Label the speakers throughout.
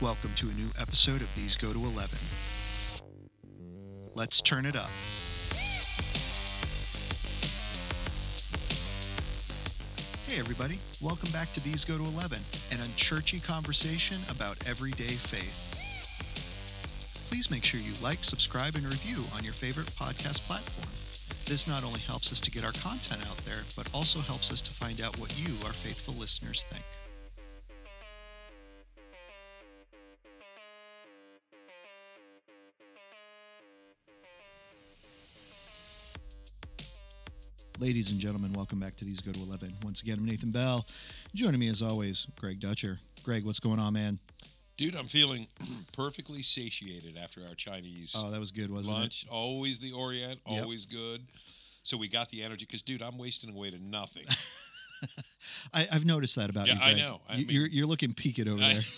Speaker 1: Welcome to a new episode of These Go to 11. Let's turn it up. Hey, everybody. Welcome back to These Go to 11, an unchurchy conversation about everyday faith. Please make sure you like, subscribe, and review on your favorite podcast platform. This not only helps us to get our content out there, but also helps us to find out what you, our faithful listeners, think. Ladies and gentlemen, welcome back to These Go to 11. Once again, I'm Nathan Bell. Joining me as always, Greg Dutcher. Greg, what's going on, man?
Speaker 2: Dude, I'm feeling perfectly satiated after our Chinese
Speaker 1: Oh, that was good, wasn't
Speaker 2: lunch. Always the Orient,
Speaker 1: Yep.
Speaker 2: always good. So we got the energy because, dude, I'm wasting away to nothing.
Speaker 1: it? I, I've noticed that about
Speaker 2: Yeah,
Speaker 1: you,
Speaker 2: I
Speaker 1: Greg.
Speaker 2: know. I
Speaker 1: you,
Speaker 2: mean-
Speaker 1: are you're looking peaked over
Speaker 2: I-
Speaker 1: there.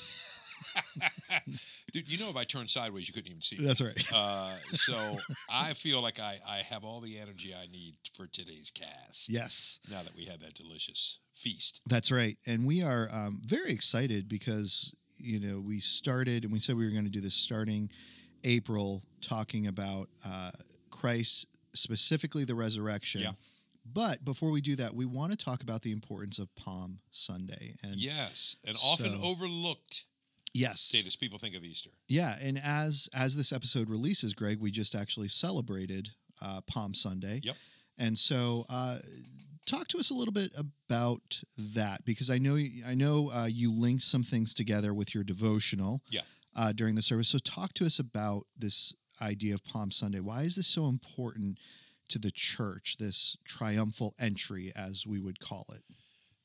Speaker 2: dude, you know, if I turned sideways, you couldn't even see. me.
Speaker 1: That's right.
Speaker 2: Uh, so I feel like I, I have all the energy I need for today's cast.
Speaker 1: Yes.
Speaker 2: Now that we had that delicious feast.
Speaker 1: That's right. And we are um, very excited because, you know, we started and we said we were going to do this starting April, talking about uh, Christ, specifically the resurrection.
Speaker 2: Yeah.
Speaker 1: But before we do that, we want to talk about the importance of Palm Sunday. And
Speaker 2: Yes. And often
Speaker 1: So-
Speaker 2: overlooked,
Speaker 1: yes.
Speaker 2: Datus, people think of Easter.
Speaker 1: Yeah, and as as this episode releases, Greg, we just actually celebrated uh, Palm Sunday.
Speaker 2: Yep.
Speaker 1: And so, uh, talk to us a little bit about that because I know I know uh, you linked some things together with your devotional.
Speaker 2: Yeah.
Speaker 1: Uh, during the service, so talk to us about this idea of Palm Sunday. Why is this so important to the church? This triumphal entry, as we would call it.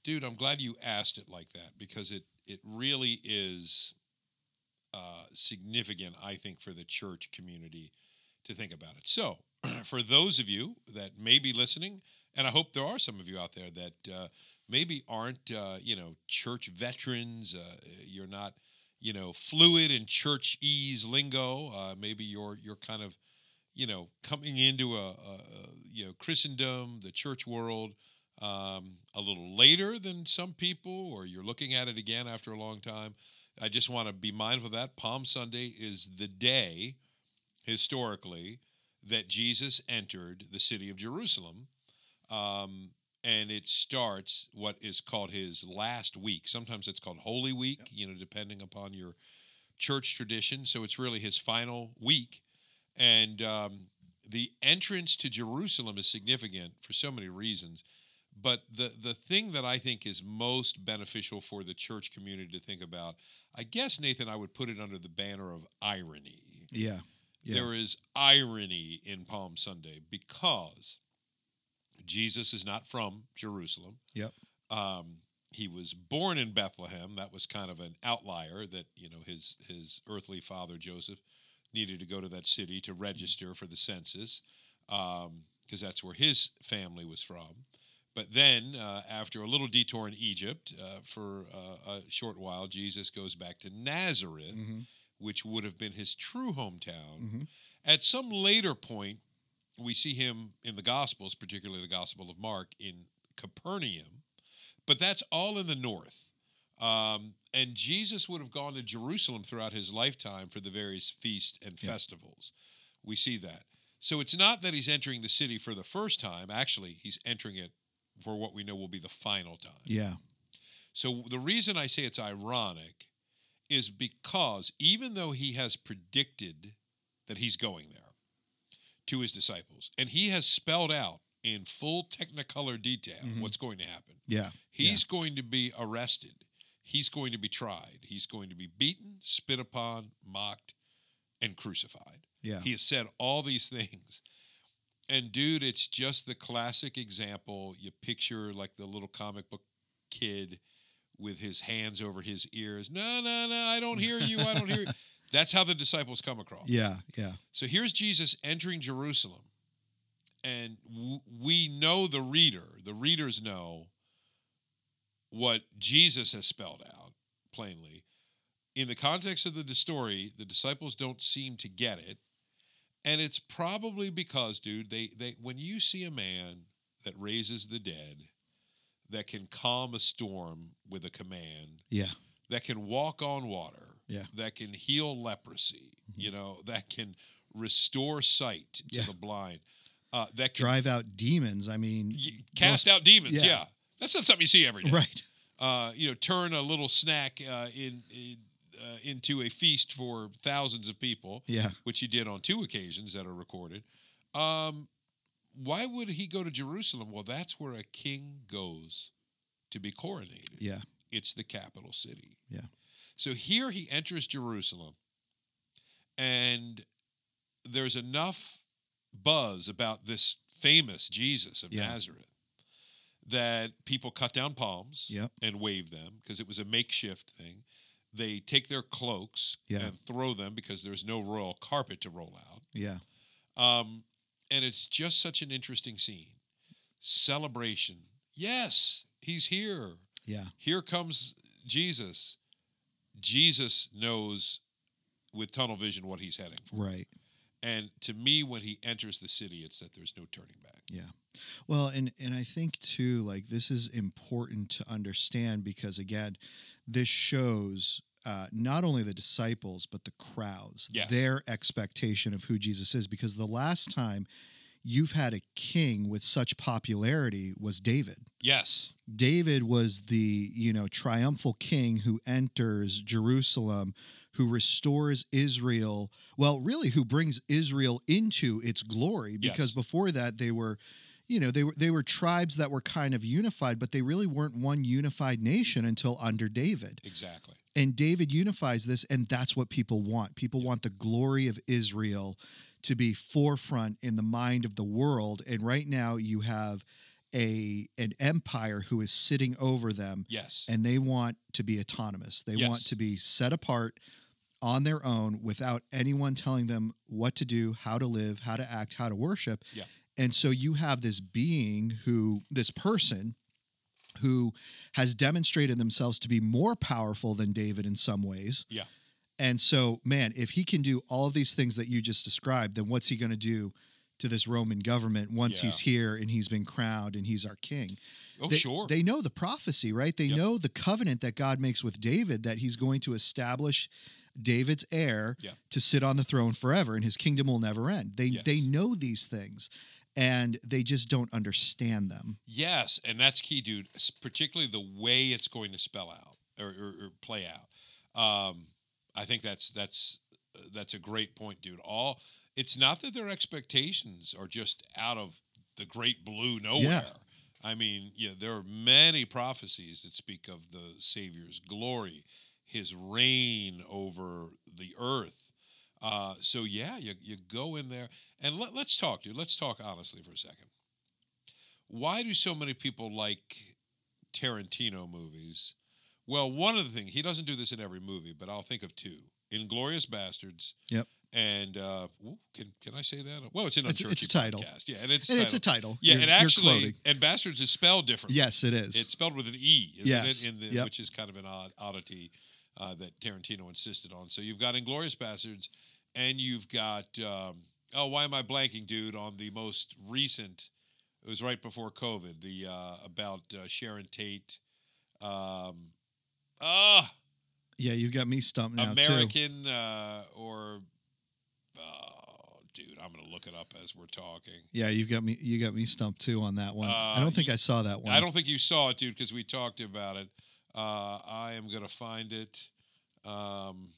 Speaker 2: dude i'm glad you asked it like that because it it really is uh, significant i think for the church community to think about it so for those of you that may be listening and i hope there are some of you out there that uh, maybe aren't uh, you know church veterans uh, you're not you know fluid in church ease lingo uh, maybe you're you're kind of you know coming into a, a, a you know christendom the church world um, a little later than some people, or you're looking at it again after a long time. I just want to be mindful of that. Palm Sunday is the day, historically, that Jesus entered the city of Jerusalem. Um, and it starts what is called his last week. Sometimes it's called Holy Week, you know, depending upon your church tradition. So it's really his final week. And um, the entrance to Jerusalem is significant for so many reasons. But the the thing that I think is most beneficial for the church community to think about, I guess Nathan, I would put it under the banner of irony.
Speaker 1: Yeah. Yeah.
Speaker 2: There is irony in Palm Sunday because Jesus is not from Jerusalem.
Speaker 1: Yep.
Speaker 2: Um, he was born in Bethlehem. That was kind of an outlier that you know his his earthly father Joseph needed to go to that city
Speaker 1: Mm-hmm.
Speaker 2: to register for the census because that's where his family was from. But then, uh, after a little detour in Egypt uh, for uh, a short while, Jesus goes back to Nazareth,
Speaker 1: Mhm.
Speaker 2: which would have been his true hometown.
Speaker 1: Mhm.
Speaker 2: At some later point, we see him in the Gospels, particularly the Gospel of Mark, in Capernaum, but that's all in the north. Um, and Jesus would have gone to Jerusalem throughout his lifetime for the various feasts and
Speaker 1: Yeah.
Speaker 2: festivals. We see that. So it's not that he's entering the city for the first time. Actually, he's entering it for what we know will be the final time.
Speaker 1: Yeah.
Speaker 2: So the reason I say it's ironic is because even though he has predicted that he's going there to his disciples, and he has spelled out in full technicolor detail
Speaker 1: Mhm.
Speaker 2: what's going to happen,
Speaker 1: Yeah.
Speaker 2: he's going to be arrested, he's going to be tried, he's going to be beaten, spit upon, mocked, and crucified.
Speaker 1: Yeah.
Speaker 2: He has said all these things. And dude, it's just the classic example. You picture like the little comic book kid with his hands over his ears. No, no, no, I don't hear you. I don't hear you. That's how the disciples come across.
Speaker 1: Yeah. Yeah.
Speaker 2: So here's Jesus entering Jerusalem. And w- we know the reader, the readers know what Jesus has spelled out plainly. In the context of the story, the disciples don't seem to get it. And it's probably because, dude, they, they when you see a man that raises the dead, that can calm a storm with a command,
Speaker 1: Yeah.
Speaker 2: that can walk on water,
Speaker 1: Yeah. Mm-hmm.
Speaker 2: that can heal leprosy, you know, that can restore sight to
Speaker 1: Yeah.
Speaker 2: the blind, uh, that can
Speaker 1: Drive out demons. I mean,
Speaker 2: y- cast out demons.
Speaker 1: yeah.
Speaker 2: Yeah. That's not something you see every day.
Speaker 1: right.
Speaker 2: Uh, you know, turn a little snack uh, in, in uh, into a feast for thousands of people,
Speaker 1: Yeah.
Speaker 2: which he did on two occasions that are recorded. Um, why would he go to Jerusalem? Well, that's where a king goes to be coronated.
Speaker 1: Yeah.
Speaker 2: It's the capital city.
Speaker 1: Yeah.
Speaker 2: So here he enters Jerusalem, and there's enough buzz about this famous Jesus of
Speaker 1: Yeah.
Speaker 2: Nazareth that people cut down palms
Speaker 1: Yep.
Speaker 2: and wave them because it was a makeshift thing. They take their cloaks
Speaker 1: Yeah.
Speaker 2: and throw them because there's no royal carpet to roll out.
Speaker 1: Yeah.
Speaker 2: Um, and it's just such an interesting scene. Celebration. Yes, he's here.
Speaker 1: Yeah.
Speaker 2: Here comes Jesus. Jesus knows with tunnel vision what he's heading for.
Speaker 1: Right.
Speaker 2: And to me, when he enters the city, it's that there's no turning back.
Speaker 1: Well, and and I think too, like this is important to understand because again, this shows uh, not only the disciples but the crowds
Speaker 2: Yes.
Speaker 1: their expectation of who Jesus is. Because the last time you've had a king with such popularity was David.
Speaker 2: Yes.
Speaker 1: David was the you know triumphal king who enters Jerusalem, who restores Israel. Well, really, who brings Israel into its glory?
Speaker 2: Yes.
Speaker 1: Because before that, they were, you know, they were they were tribes that were kind of unified, but they really weren't one unified nation until under David.
Speaker 2: Exactly.
Speaker 1: And David unifies this, and that's what people want. People want the glory of Israel to be forefront in the mind of the world. And right now, you have a an empire who is sitting over them,
Speaker 2: Yes.
Speaker 1: and they want to be autonomous. They
Speaker 2: Yes.
Speaker 1: want to be set apart on their own without anyone telling them what to do, how to live, how to act, how to worship.
Speaker 2: Yeah.
Speaker 1: And so you have this being who, this person who has demonstrated themselves to be more powerful than David in some ways.
Speaker 2: Yeah.
Speaker 1: And so, man, if he can do all of these things that you just described, then what's he going to do to this Roman government once
Speaker 2: Yeah.
Speaker 1: he's here and he's been crowned and he's our king?
Speaker 2: oh,
Speaker 1: they,
Speaker 2: sure.
Speaker 1: They know the prophecy, right? They
Speaker 2: Yep.
Speaker 1: know the covenant that God makes with David that he's going to establish David's heir
Speaker 2: Yep.
Speaker 1: to sit on the throne forever and his kingdom will never end. They
Speaker 2: Yes.
Speaker 1: they know these things and they just don't understand them.
Speaker 2: yes. And that's key, dude, s- particularly the way it's going to spell out or, or, or play out. Um, I think that's that's uh, that's a great point, dude. All it's not that their expectations are just out of the great blue nowhere. I mean, yeah, there are many prophecies that speak of the Savior's glory, His reign over the earth. Uh, so yeah, you you go in there and let, let's talk, dude. Let's talk honestly for a second. Why do so many people like Tarantino movies? Well, one of the things he doesn't do this in every movie, but I'll think of two: Inglorious Bastards.
Speaker 1: Yep.
Speaker 2: And uh, ooh, can can I say that? Well, it's an
Speaker 1: It's-
Speaker 2: Unchurchy
Speaker 1: it's a title.
Speaker 2: podcast. Yeah, and it's
Speaker 1: And
Speaker 2: titled.
Speaker 1: it's a title.
Speaker 2: yeah,
Speaker 1: You're-
Speaker 2: and
Speaker 1: you're
Speaker 2: actually,
Speaker 1: quoting.
Speaker 2: and Bastards is spelled differently.
Speaker 1: yes, it is.
Speaker 2: It's spelled with an E, isn't
Speaker 1: Yes.
Speaker 2: it? In the,
Speaker 1: Yep.
Speaker 2: Which is kind of an odd oddity uh, that Tarantino insisted on. So you've got Inglorious Bastards, and you've got um, oh, why am I blanking, dude? On the most recent, it was right before COVID. The uh, about uh, Sharon Tate. Um, ah,
Speaker 1: yeah, you got me stumped now too.
Speaker 2: American uh, or oh, dude, I'm gonna look it up as we're talking.
Speaker 1: Yeah, you got me. You got me stumped too on that one. I
Speaker 2: Uh,
Speaker 1: don't think
Speaker 2: y-
Speaker 1: I saw that one.
Speaker 2: I don't think you saw it, dude, because we talked about it. Uh, I am gonna find it um,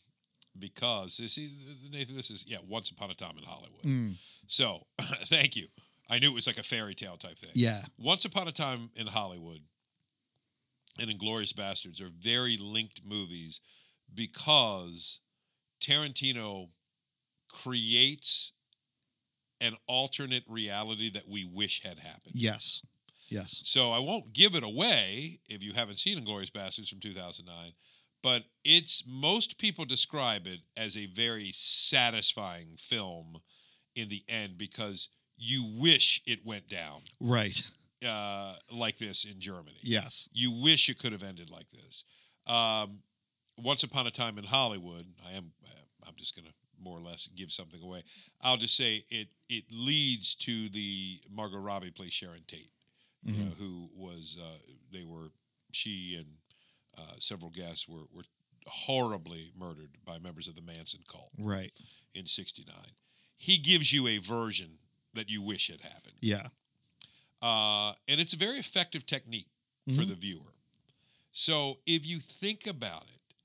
Speaker 2: because you see, Nathan, this is yeah, Once Upon a Time in Hollywood.
Speaker 1: Mm,
Speaker 2: So thank you. I knew it was like a fairy tale type thing.
Speaker 1: yeah,
Speaker 2: Once Upon a Time in Hollywood and Inglorious Bastards are very linked movies because Tarantino creates an alternate reality that we wish had happened.
Speaker 1: yes, yes,
Speaker 2: So I won't give it away if you haven't seen Inglorious Bastards from 2009, but it's most people describe it as a very satisfying film in the end because you wish it went down
Speaker 1: right,
Speaker 2: uh, like this in Germany.
Speaker 1: yes,
Speaker 2: You wish it could have ended like this. Um, Once upon a time in Hollywood, I am. I'm just gonna more or less give something away. I'll just say it. It leads to the Margot Robbie plays Sharon Tate you
Speaker 1: Mhm.
Speaker 2: know, who was uh, they were she and uh, several guests were were horribly murdered by members of the Manson cult
Speaker 1: Right.
Speaker 2: in 69. He gives you a version that you wish had happened.
Speaker 1: Yeah.
Speaker 2: Uh, and it's a very effective technique for
Speaker 1: Mhm.
Speaker 2: the viewer. So if you think about it,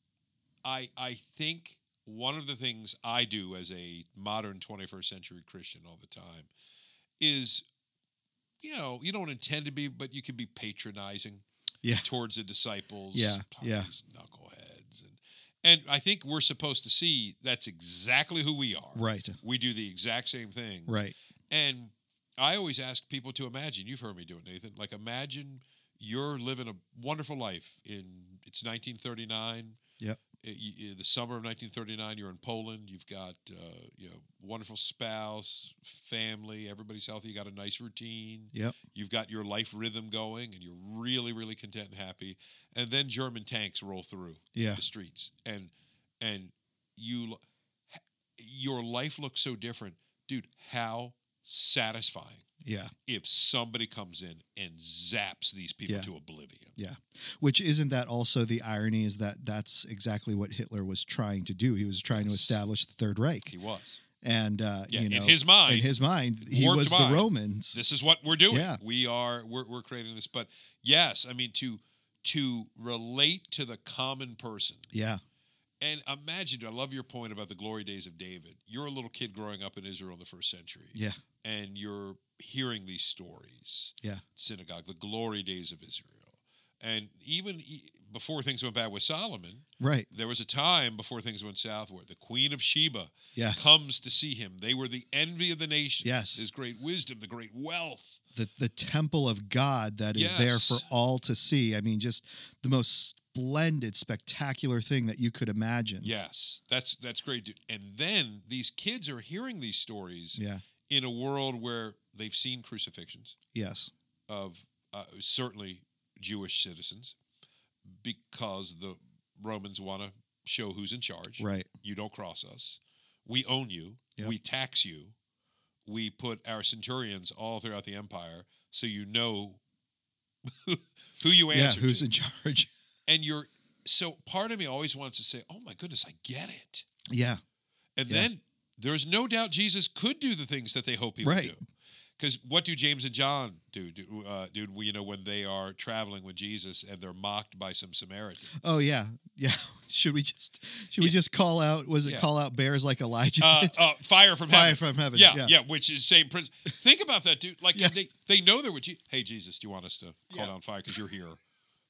Speaker 2: I I think one of the things I do as a modern 21st century Christian all the time is you know, you don't intend to be, but you can be patronizing
Speaker 1: Yeah.
Speaker 2: towards the disciples.
Speaker 1: Yeah,
Speaker 2: "Oh,
Speaker 1: yeah.
Speaker 2: these knuckleheads. And and I think we're supposed to see that's exactly who we are.
Speaker 1: Mm-hmm. Right.
Speaker 2: We do the exact same thing.
Speaker 1: Right.
Speaker 2: And I always ask people to imagine. You've heard me do it, Nathan. Like imagine you're living a wonderful life in it's 1939.
Speaker 1: Yep.
Speaker 2: I- i- eh, the summer of 1939, you're in Poland. You've got uh, you know wonderful spouse, family. Everybody's healthy. You got a nice routine.
Speaker 1: Yep.
Speaker 2: You've got your life rhythm going, and you're really, really content and happy. And then German tanks roll through
Speaker 1: Yeah.
Speaker 2: the streets and and you lo- h- your life looks so different dude how satisfying
Speaker 1: Yeah.
Speaker 2: if somebody comes in and zaps these people
Speaker 1: Yeah.
Speaker 2: to oblivion
Speaker 1: Which isn't that also the irony is that that's exactly what Hitler was trying to do. He was trying to
Speaker 2: Yes.
Speaker 1: establish the Third Reich,
Speaker 2: he was
Speaker 1: and uh,
Speaker 2: yeah
Speaker 1: you know,
Speaker 2: in his mind
Speaker 1: in his mind, he
Speaker 2: warped
Speaker 1: was
Speaker 2: mind.
Speaker 1: the Romans.
Speaker 2: this is what we're doing
Speaker 1: Yeah.
Speaker 2: we are we're, we're creating this but yes i mean to to relate to the common person
Speaker 1: yeah.
Speaker 2: and imagine i love your point about the glory days of david you're a little kid growing up in israel in the first century
Speaker 1: Yeah.
Speaker 2: and you're hearing these stories.
Speaker 1: Yeah.
Speaker 2: Synagogue, the glory days of Israel. And even e- before things went bad with Solomon,
Speaker 1: Right.
Speaker 2: there was a time before things went southward. The queen of Sheba
Speaker 1: Yeah.
Speaker 2: comes to see him. They were the envy of the nation.
Speaker 1: Yes.
Speaker 2: His great wisdom, the great wealth.
Speaker 1: the the temple of God that is there
Speaker 2: Yes.
Speaker 1: for all to see. I mean, just the most splendid, spectacular thing that you could imagine.
Speaker 2: Yes. That's that's great. dude. And then these kids are hearing these stories
Speaker 1: Yeah.
Speaker 2: in a world where they've seen crucifixions.
Speaker 1: Yes.
Speaker 2: of uh, certainly Jewish citizens because the Romans want to show who's in charge.
Speaker 1: Right.
Speaker 2: You don't cross us. We own you.
Speaker 1: Yeah.
Speaker 2: We tax you. We put our centurions all throughout the empire so you know who you
Speaker 1: yeah.
Speaker 2: answer
Speaker 1: Who's
Speaker 2: to.
Speaker 1: in charge?
Speaker 2: and you're so part of me always wants to say, "Oh my goodness, I get it."
Speaker 1: yeah.
Speaker 2: And
Speaker 1: Yeah.
Speaker 2: then there's no doubt Jesus could do the things that they hope he would
Speaker 1: Right.
Speaker 2: do. Because what do James and John do, do uh, dude? well, You know, when they are traveling with Jesus and they're mocked by some Samaritans.
Speaker 1: Oh yeah. Yeah. should we just should we
Speaker 2: Yeah.
Speaker 1: just call out? Was it
Speaker 2: Yeah.
Speaker 1: call out bears like Elijah?
Speaker 2: Uh,
Speaker 1: did?
Speaker 2: uh, fire from
Speaker 1: Fire
Speaker 2: heaven.
Speaker 1: from heaven.
Speaker 2: yeah, yeah, which is same principle. Think about that, dude. Like
Speaker 1: Yeah.
Speaker 2: they, they know they're with you. Hey, Jesus, do you want us to call
Speaker 1: Yeah.
Speaker 2: down fire because you're here?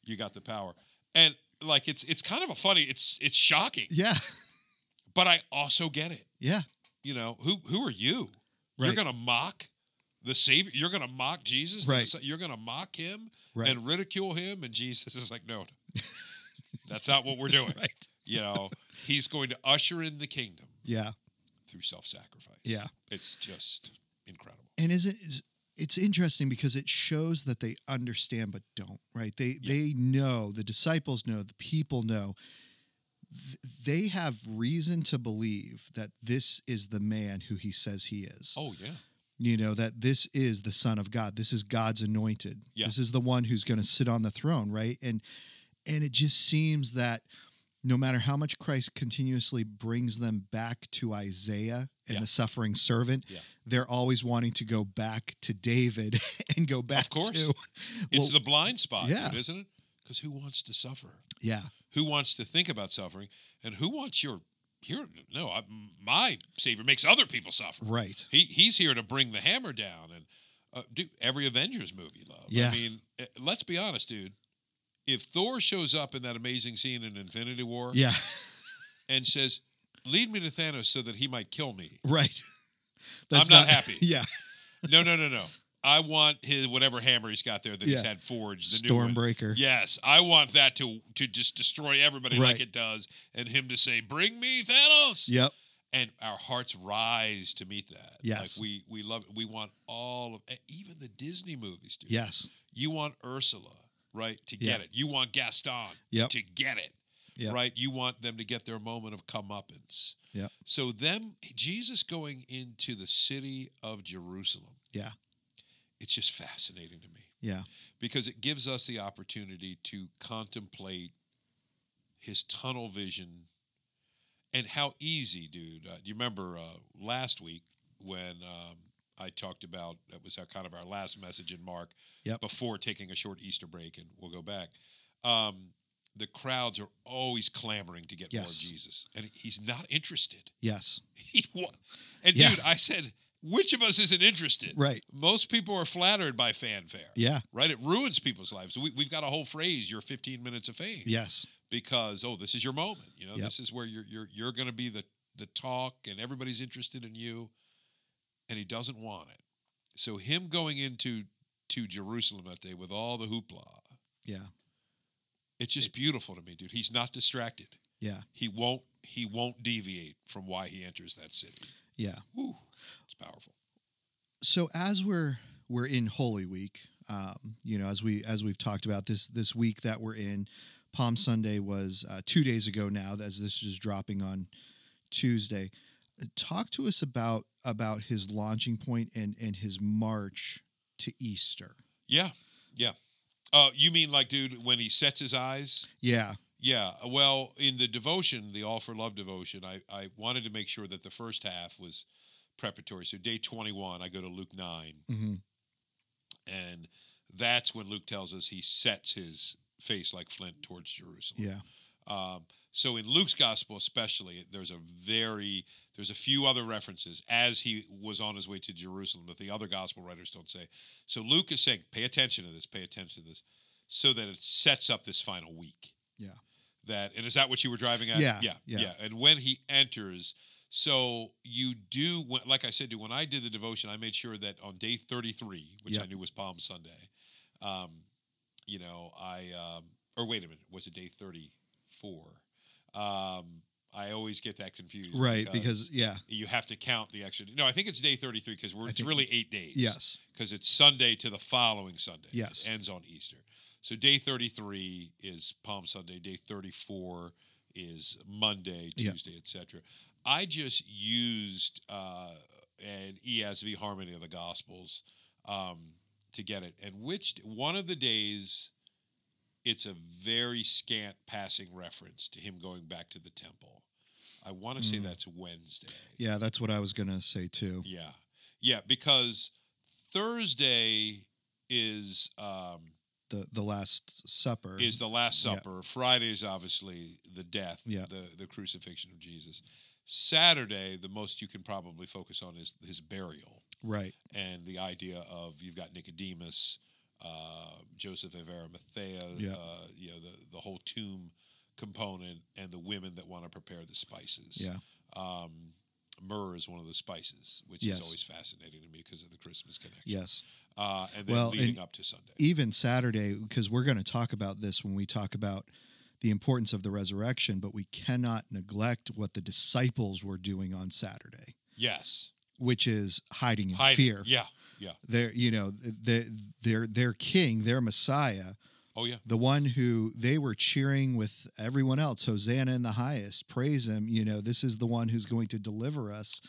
Speaker 2: You got the power. And like it's it's kind of a funny. It's it's shocking,
Speaker 1: Yeah.
Speaker 2: but I also get it.
Speaker 1: Yeah.
Speaker 2: you know who who are you
Speaker 1: Right.
Speaker 2: you're gonna mock the savior you're gonna mock jesus
Speaker 1: Right.
Speaker 2: you're gonna mock him
Speaker 1: Right.
Speaker 2: and ridicule him and jesus is like no that's not what we're doing
Speaker 1: right.
Speaker 2: you know he's going to usher in the kingdom
Speaker 1: Yeah.
Speaker 2: through self-sacrifice
Speaker 1: Yeah.
Speaker 2: it's just incredible
Speaker 1: and isn't is it's interesting because it shows that they understand but don't right they
Speaker 2: Yeah.
Speaker 1: they know the disciples know the people know Th- they have reason to believe that this is the man who he says he is
Speaker 2: oh yeah
Speaker 1: you know that this is the son of god this is god's anointed
Speaker 2: Yeah.
Speaker 1: this is the one who's going to sit on the throne right and and it just seems that no matter how much christ continuously brings them back to isaiah and
Speaker 2: Yeah.
Speaker 1: the suffering servant
Speaker 2: Yeah.
Speaker 1: they're always wanting to go back to david and go back
Speaker 2: course.
Speaker 1: to
Speaker 2: it's
Speaker 1: Well,
Speaker 2: the blind spot
Speaker 1: yeah.
Speaker 2: dude, isn't it because who wants to suffer
Speaker 1: yeah
Speaker 2: who wants to think about suffering and who wants your here no I, my savior makes other people suffer
Speaker 1: right
Speaker 2: He he's here to bring the hammer down and uh, do every Avengers movie. Love.
Speaker 1: Yeah.
Speaker 2: I mean, eh, let's be honest, dude. If Thor shows up in that amazing scene in Infinity War
Speaker 1: yeah
Speaker 2: and says, "Lead me to Thanos so that he might kill me,"
Speaker 1: right
Speaker 2: I'm not happy.
Speaker 1: yeah
Speaker 2: no, no, no, no. I want his whatever hammer he's got there that he's
Speaker 1: Yeah.
Speaker 2: had forged. The New one.
Speaker 1: stormbreaker
Speaker 2: Yes, I want that to to just destroy everybody like
Speaker 1: Right.
Speaker 2: it does, and him to say, "Bring me Thanos."
Speaker 1: yep
Speaker 2: and our hearts rise to meet that.
Speaker 1: Yes.
Speaker 2: like we we love we want all of eh, even the Disney movies, dude.
Speaker 1: yes
Speaker 2: you want Ursula right to get
Speaker 1: Yeah.
Speaker 2: it. You want Gaston
Speaker 1: Yep.
Speaker 2: to get it.
Speaker 1: Yep.
Speaker 2: Right, you want them to get their moment of comeuppance.
Speaker 1: Yep.
Speaker 2: So them Jesus going into the city of Jerusalem.
Speaker 1: Yeah.
Speaker 2: It's just fascinating to me
Speaker 1: yeah
Speaker 2: because it gives us the opportunity to contemplate his tunnel vision, and how easy, dude. Uh, do you remember uh, last week when um, I talked about that was our, kind of our last message in Mark
Speaker 1: Yep.
Speaker 2: before taking a short Easter break, and we'll go back. Um, the crowds are always clamoring to get more of
Speaker 1: Yes.
Speaker 2: Jesus, and he's not interested.
Speaker 1: Yes.
Speaker 2: He wa- and
Speaker 1: Yeah.
Speaker 2: dude, I said, which of us isn't interested?
Speaker 1: Right.
Speaker 2: Most people are flattered by fanfare.
Speaker 1: Yeah.
Speaker 2: Right? It ruins people's lives. We, we've got a whole phrase, your 15 minutes of fame.
Speaker 1: Yes.
Speaker 2: Because, oh, this is your moment. You know,
Speaker 1: Yep.
Speaker 2: this is where you're you're you're gonna be the the talk and everybody's interested in you. And he doesn't want it. So him going into to Jerusalem that day with all the hoopla,
Speaker 1: Yeah.
Speaker 2: it's just beautiful to me, dude. He's not distracted.
Speaker 1: Yeah.
Speaker 2: He won't he won't deviate from why he enters that city.
Speaker 1: Yeah.
Speaker 2: Woo, it's powerful.
Speaker 1: so as we're we're in Holy Week, um, you know, as we as we've talked about this this week that we're in, Palm Sunday was uh, two days ago now. As this is dropping on Tuesday, talk to us about about his launching point and and his march to Easter.
Speaker 2: Yeah, yeah. Uh, you mean like, dude, when he sets his eyes?
Speaker 1: Yeah,
Speaker 2: Yeah. uh, Well, in the devotion, the All for Love devotion, I, I wanted to make sure that the first half was preparatory. So day 21, I go to Luke 9,
Speaker 1: hmm
Speaker 2: and that's when Luke tells us he sets his face like flint towards Jerusalem.
Speaker 1: yeah,
Speaker 2: Um, so in Luke's gospel, especially, there's a very there's a few other references as he was on his way to Jerusalem that the other gospel writers don't say. So Luke is saying, pay attention to this, pay attention to this, so that it sets up this final week.
Speaker 1: Yeah.
Speaker 2: That and is that what you were driving at?
Speaker 1: Yeah,
Speaker 2: yeah,
Speaker 1: yeah.
Speaker 2: And when he enters, so you do when- like I said, dude, when I did the devotion, I made sure that on day 33, which
Speaker 1: Yeah.
Speaker 2: I knew was Palm Sunday, um, you know, I um, or wait a minute, was it day thirty four? Um, I always get that confused,
Speaker 1: right. Because yeah,
Speaker 2: you have to count the extra. No, I think it's day thirty three because we're
Speaker 1: I
Speaker 2: it's
Speaker 1: think-
Speaker 2: really eight days.
Speaker 1: yes,
Speaker 2: because it's Sunday to the following Sunday.
Speaker 1: Yes.
Speaker 2: it ends on Easter. So day thirty three is Palm Sunday. Day thirty four is Monday,
Speaker 1: Yeah.
Speaker 2: Tuesday, etc. I just used uh, an ESV harmony of the Gospels um, to get it, and which one of the days it's a very scant passing reference to him going back to the temple. I want to say
Speaker 1: Mm.
Speaker 2: that's Wednesday.
Speaker 1: yeah. That's what I was gonna say too.
Speaker 2: Yeah. Yeah, because Thursday is um
Speaker 1: The the Last Supper
Speaker 2: is the last
Speaker 1: Yeah.
Speaker 2: supper. Friday is obviously the death,
Speaker 1: Yeah.
Speaker 2: the the crucifixion of Jesus. Saturday, the most you can probably focus on is his burial
Speaker 1: right.
Speaker 2: and the idea of you've got Nicodemus, uh, Joseph of Arimathea,
Speaker 1: Yeah.
Speaker 2: uh, you know the the whole tomb component, and the women that want to prepare the spices.
Speaker 1: Yeah.
Speaker 2: um, myrrh is one of the spices, which
Speaker 1: Yes.
Speaker 2: is always fascinating to me because of the Christmas connection.
Speaker 1: Yes.
Speaker 2: uh, and then
Speaker 1: Well,
Speaker 2: leading
Speaker 1: and-
Speaker 2: up to Sunday.
Speaker 1: even Saturday, because we're going to talk about this when we talk about the importance of the resurrection, but we cannot neglect what the disciples were doing on Saturday,
Speaker 2: yes,
Speaker 1: which is hiding in
Speaker 2: Hiding.
Speaker 1: fear.
Speaker 2: Yeah.
Speaker 1: Their, you know, their their their king, their Messiah,
Speaker 2: Oh yeah.
Speaker 1: the one who they were cheering with everyone else, Hosanna in the highest, praise him. You know, this is the one who's going to deliver us.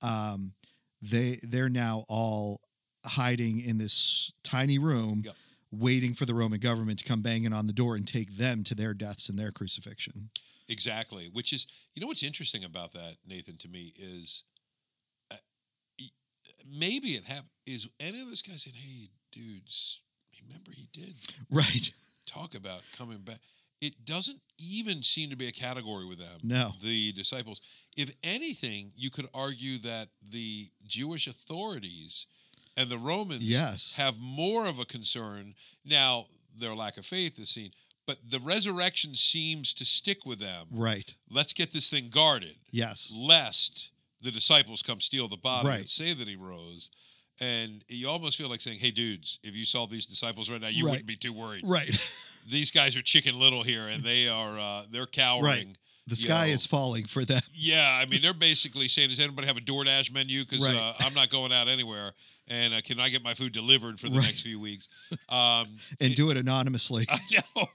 Speaker 1: Um, they they're now all hiding in this tiny room,
Speaker 2: Yep.
Speaker 1: waiting for the Roman government to come banging on the door and take them to their deaths and their crucifixion.
Speaker 2: Exactly. Which is, you know, what's interesting about that, Nathan, to me is, uh, e- maybe it happened. Is any of this guy saying, "Hey, dudes, remember he did
Speaker 1: Right?
Speaker 2: talk about coming back"? It doesn't even seem to be a category with them.
Speaker 1: No.
Speaker 2: The disciples. If anything, you could argue that the Jewish authorities and the Romans
Speaker 1: Yes.
Speaker 2: have more of a concern. Now, their lack of faith is seen, but the resurrection seems to stick with them
Speaker 1: Right.
Speaker 2: let's get this thing guarded
Speaker 1: Yes.
Speaker 2: lest the disciples come steal the body
Speaker 1: Right.
Speaker 2: and say that he rose and you almost feel like saying hey dudes if you saw these disciples right now you
Speaker 1: Right.
Speaker 2: wouldn't be too worried
Speaker 1: Right.
Speaker 2: these guys are chicken little here and they are uh, they're cowering
Speaker 1: The sky
Speaker 2: Yo.
Speaker 1: is falling for them.
Speaker 2: yeah i mean they're basically saying does anybody have a doordash menu because
Speaker 1: Right.
Speaker 2: uh, i'm not going out anywhere and uh, can i get my food delivered for the
Speaker 1: Right.
Speaker 2: next few weeks um,
Speaker 1: and do it anonymously.
Speaker 2: I know,